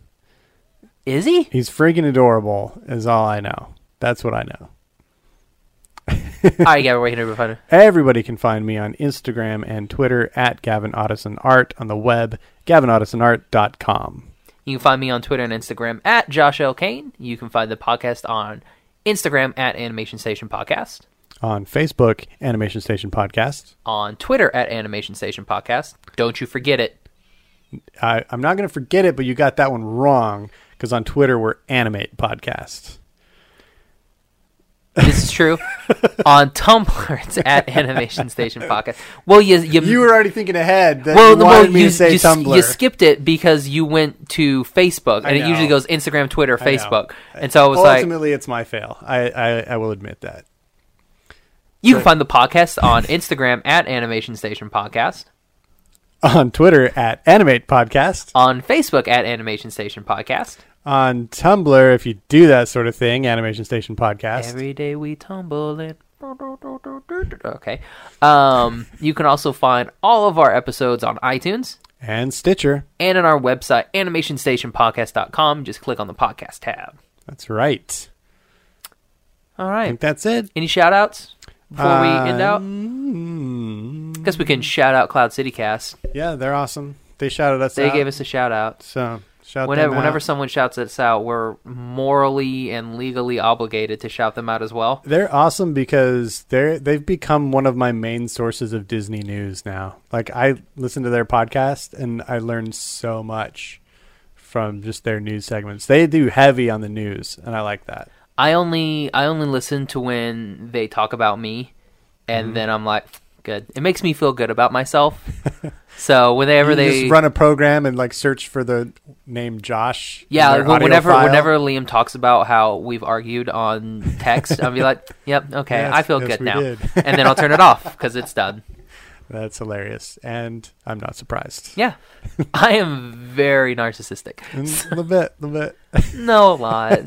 Speaker 1: is he?
Speaker 2: He's friggin' adorable. Is all I know. That's what I know.
Speaker 1: all right, Gavin, where can everybody find him?
Speaker 2: Everybody can find me on Instagram and Twitter at Gavin Otteson Art on the web, gavinottesonart.com.
Speaker 1: You can find me on Twitter and Instagram at Josh L. Kane. You can find the podcast on Instagram at Animation Station Podcast,
Speaker 2: On Facebook, Animation Station Podcast.
Speaker 1: on Twitter at Animation Station Podcast. Don't you forget it.
Speaker 2: I, I'm not going to forget it, but you got that one wrong because on Twitter we're Animate Podcast.
Speaker 1: This is true. on Tumblr, it's at Animation Station Podcast. Well, you you,
Speaker 2: You were already thinking ahead. That
Speaker 1: well,
Speaker 2: you wanted
Speaker 1: well
Speaker 2: me
Speaker 1: you,
Speaker 2: to say
Speaker 1: you, s-
Speaker 2: Tumblr.
Speaker 1: you skipped it because you went to Facebook, and it
Speaker 2: know.
Speaker 1: usually goes Instagram, Twitter,
Speaker 2: I know.
Speaker 1: Facebook. And so I was like,
Speaker 2: ultimately, it's my fail. I, I, I will admit that.
Speaker 1: you can find the podcast on Instagram at Animation Station Podcast.
Speaker 2: On Twitter at Animate Podcast.
Speaker 1: On Facebook at Animation Station Podcast.
Speaker 2: On Tumblr, if you do that sort of thing, Animation Station Podcast.
Speaker 1: Every day we tumble in Okay. Um, you can also find all of our episodes on iTunes
Speaker 2: And Stitcher.
Speaker 1: and on our website, animationstationpodcast.com. Just click on the podcast tab.
Speaker 2: That's right.
Speaker 1: All
Speaker 2: I
Speaker 1: right. Um,
Speaker 2: think that's it.
Speaker 1: Any shout outs before we end out?
Speaker 2: Mm,
Speaker 1: guess we can shout out Cloud City Cast.
Speaker 2: yeah, they're awesome. They shouted us
Speaker 1: They
Speaker 2: out.
Speaker 1: gave us a uh, shout out.
Speaker 2: so shout
Speaker 1: Whenever,
Speaker 2: them out.
Speaker 1: whenever someone shouts us out, we're morally and legally obligated to shout them out as well.
Speaker 2: They're awesome because they're they've become one of my main sources of Disney news now. Like I listen to their podcast and I learn so much from just their news segments. They do heavy on the news and I like that.
Speaker 1: I only I only listen to when they talk about me, and
Speaker 2: Mm-hmm.
Speaker 1: then I'm like, good. It makes me feel good about myself. so whenever
Speaker 2: You
Speaker 1: they
Speaker 2: just run a program and like search for the name Josh. in
Speaker 1: yeah,
Speaker 2: their
Speaker 1: like,
Speaker 2: audio
Speaker 1: whenever
Speaker 2: file.
Speaker 1: whenever Liam talks about how we've argued on text, I'll be like, yep, okay,
Speaker 2: Yes,
Speaker 1: I feel
Speaker 2: yes,
Speaker 1: good
Speaker 2: we
Speaker 1: now,
Speaker 2: did.
Speaker 1: and then I'll turn it off because it's done.
Speaker 2: That's hilarious and I'm not surprised.
Speaker 1: Yeah, I am very narcissistic.
Speaker 2: Mm, A little bit, a little bit.
Speaker 1: No lot.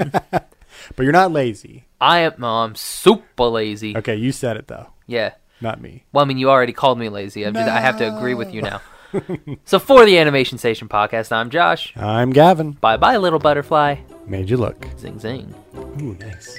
Speaker 2: But you're not lazy.
Speaker 1: I am. No, I'm super lazy.
Speaker 2: Okay, you said it though,
Speaker 1: Yeah.
Speaker 2: not me.
Speaker 1: Well, I mean, you already called me lazy. I'm just, I have to agree with you now. so, for the Animation Station podcast, I'm Josh.
Speaker 2: I'm Gavin.
Speaker 1: Bye bye, little butterfly.
Speaker 2: Made you look.
Speaker 1: Zing zing.
Speaker 2: Ooh, nice.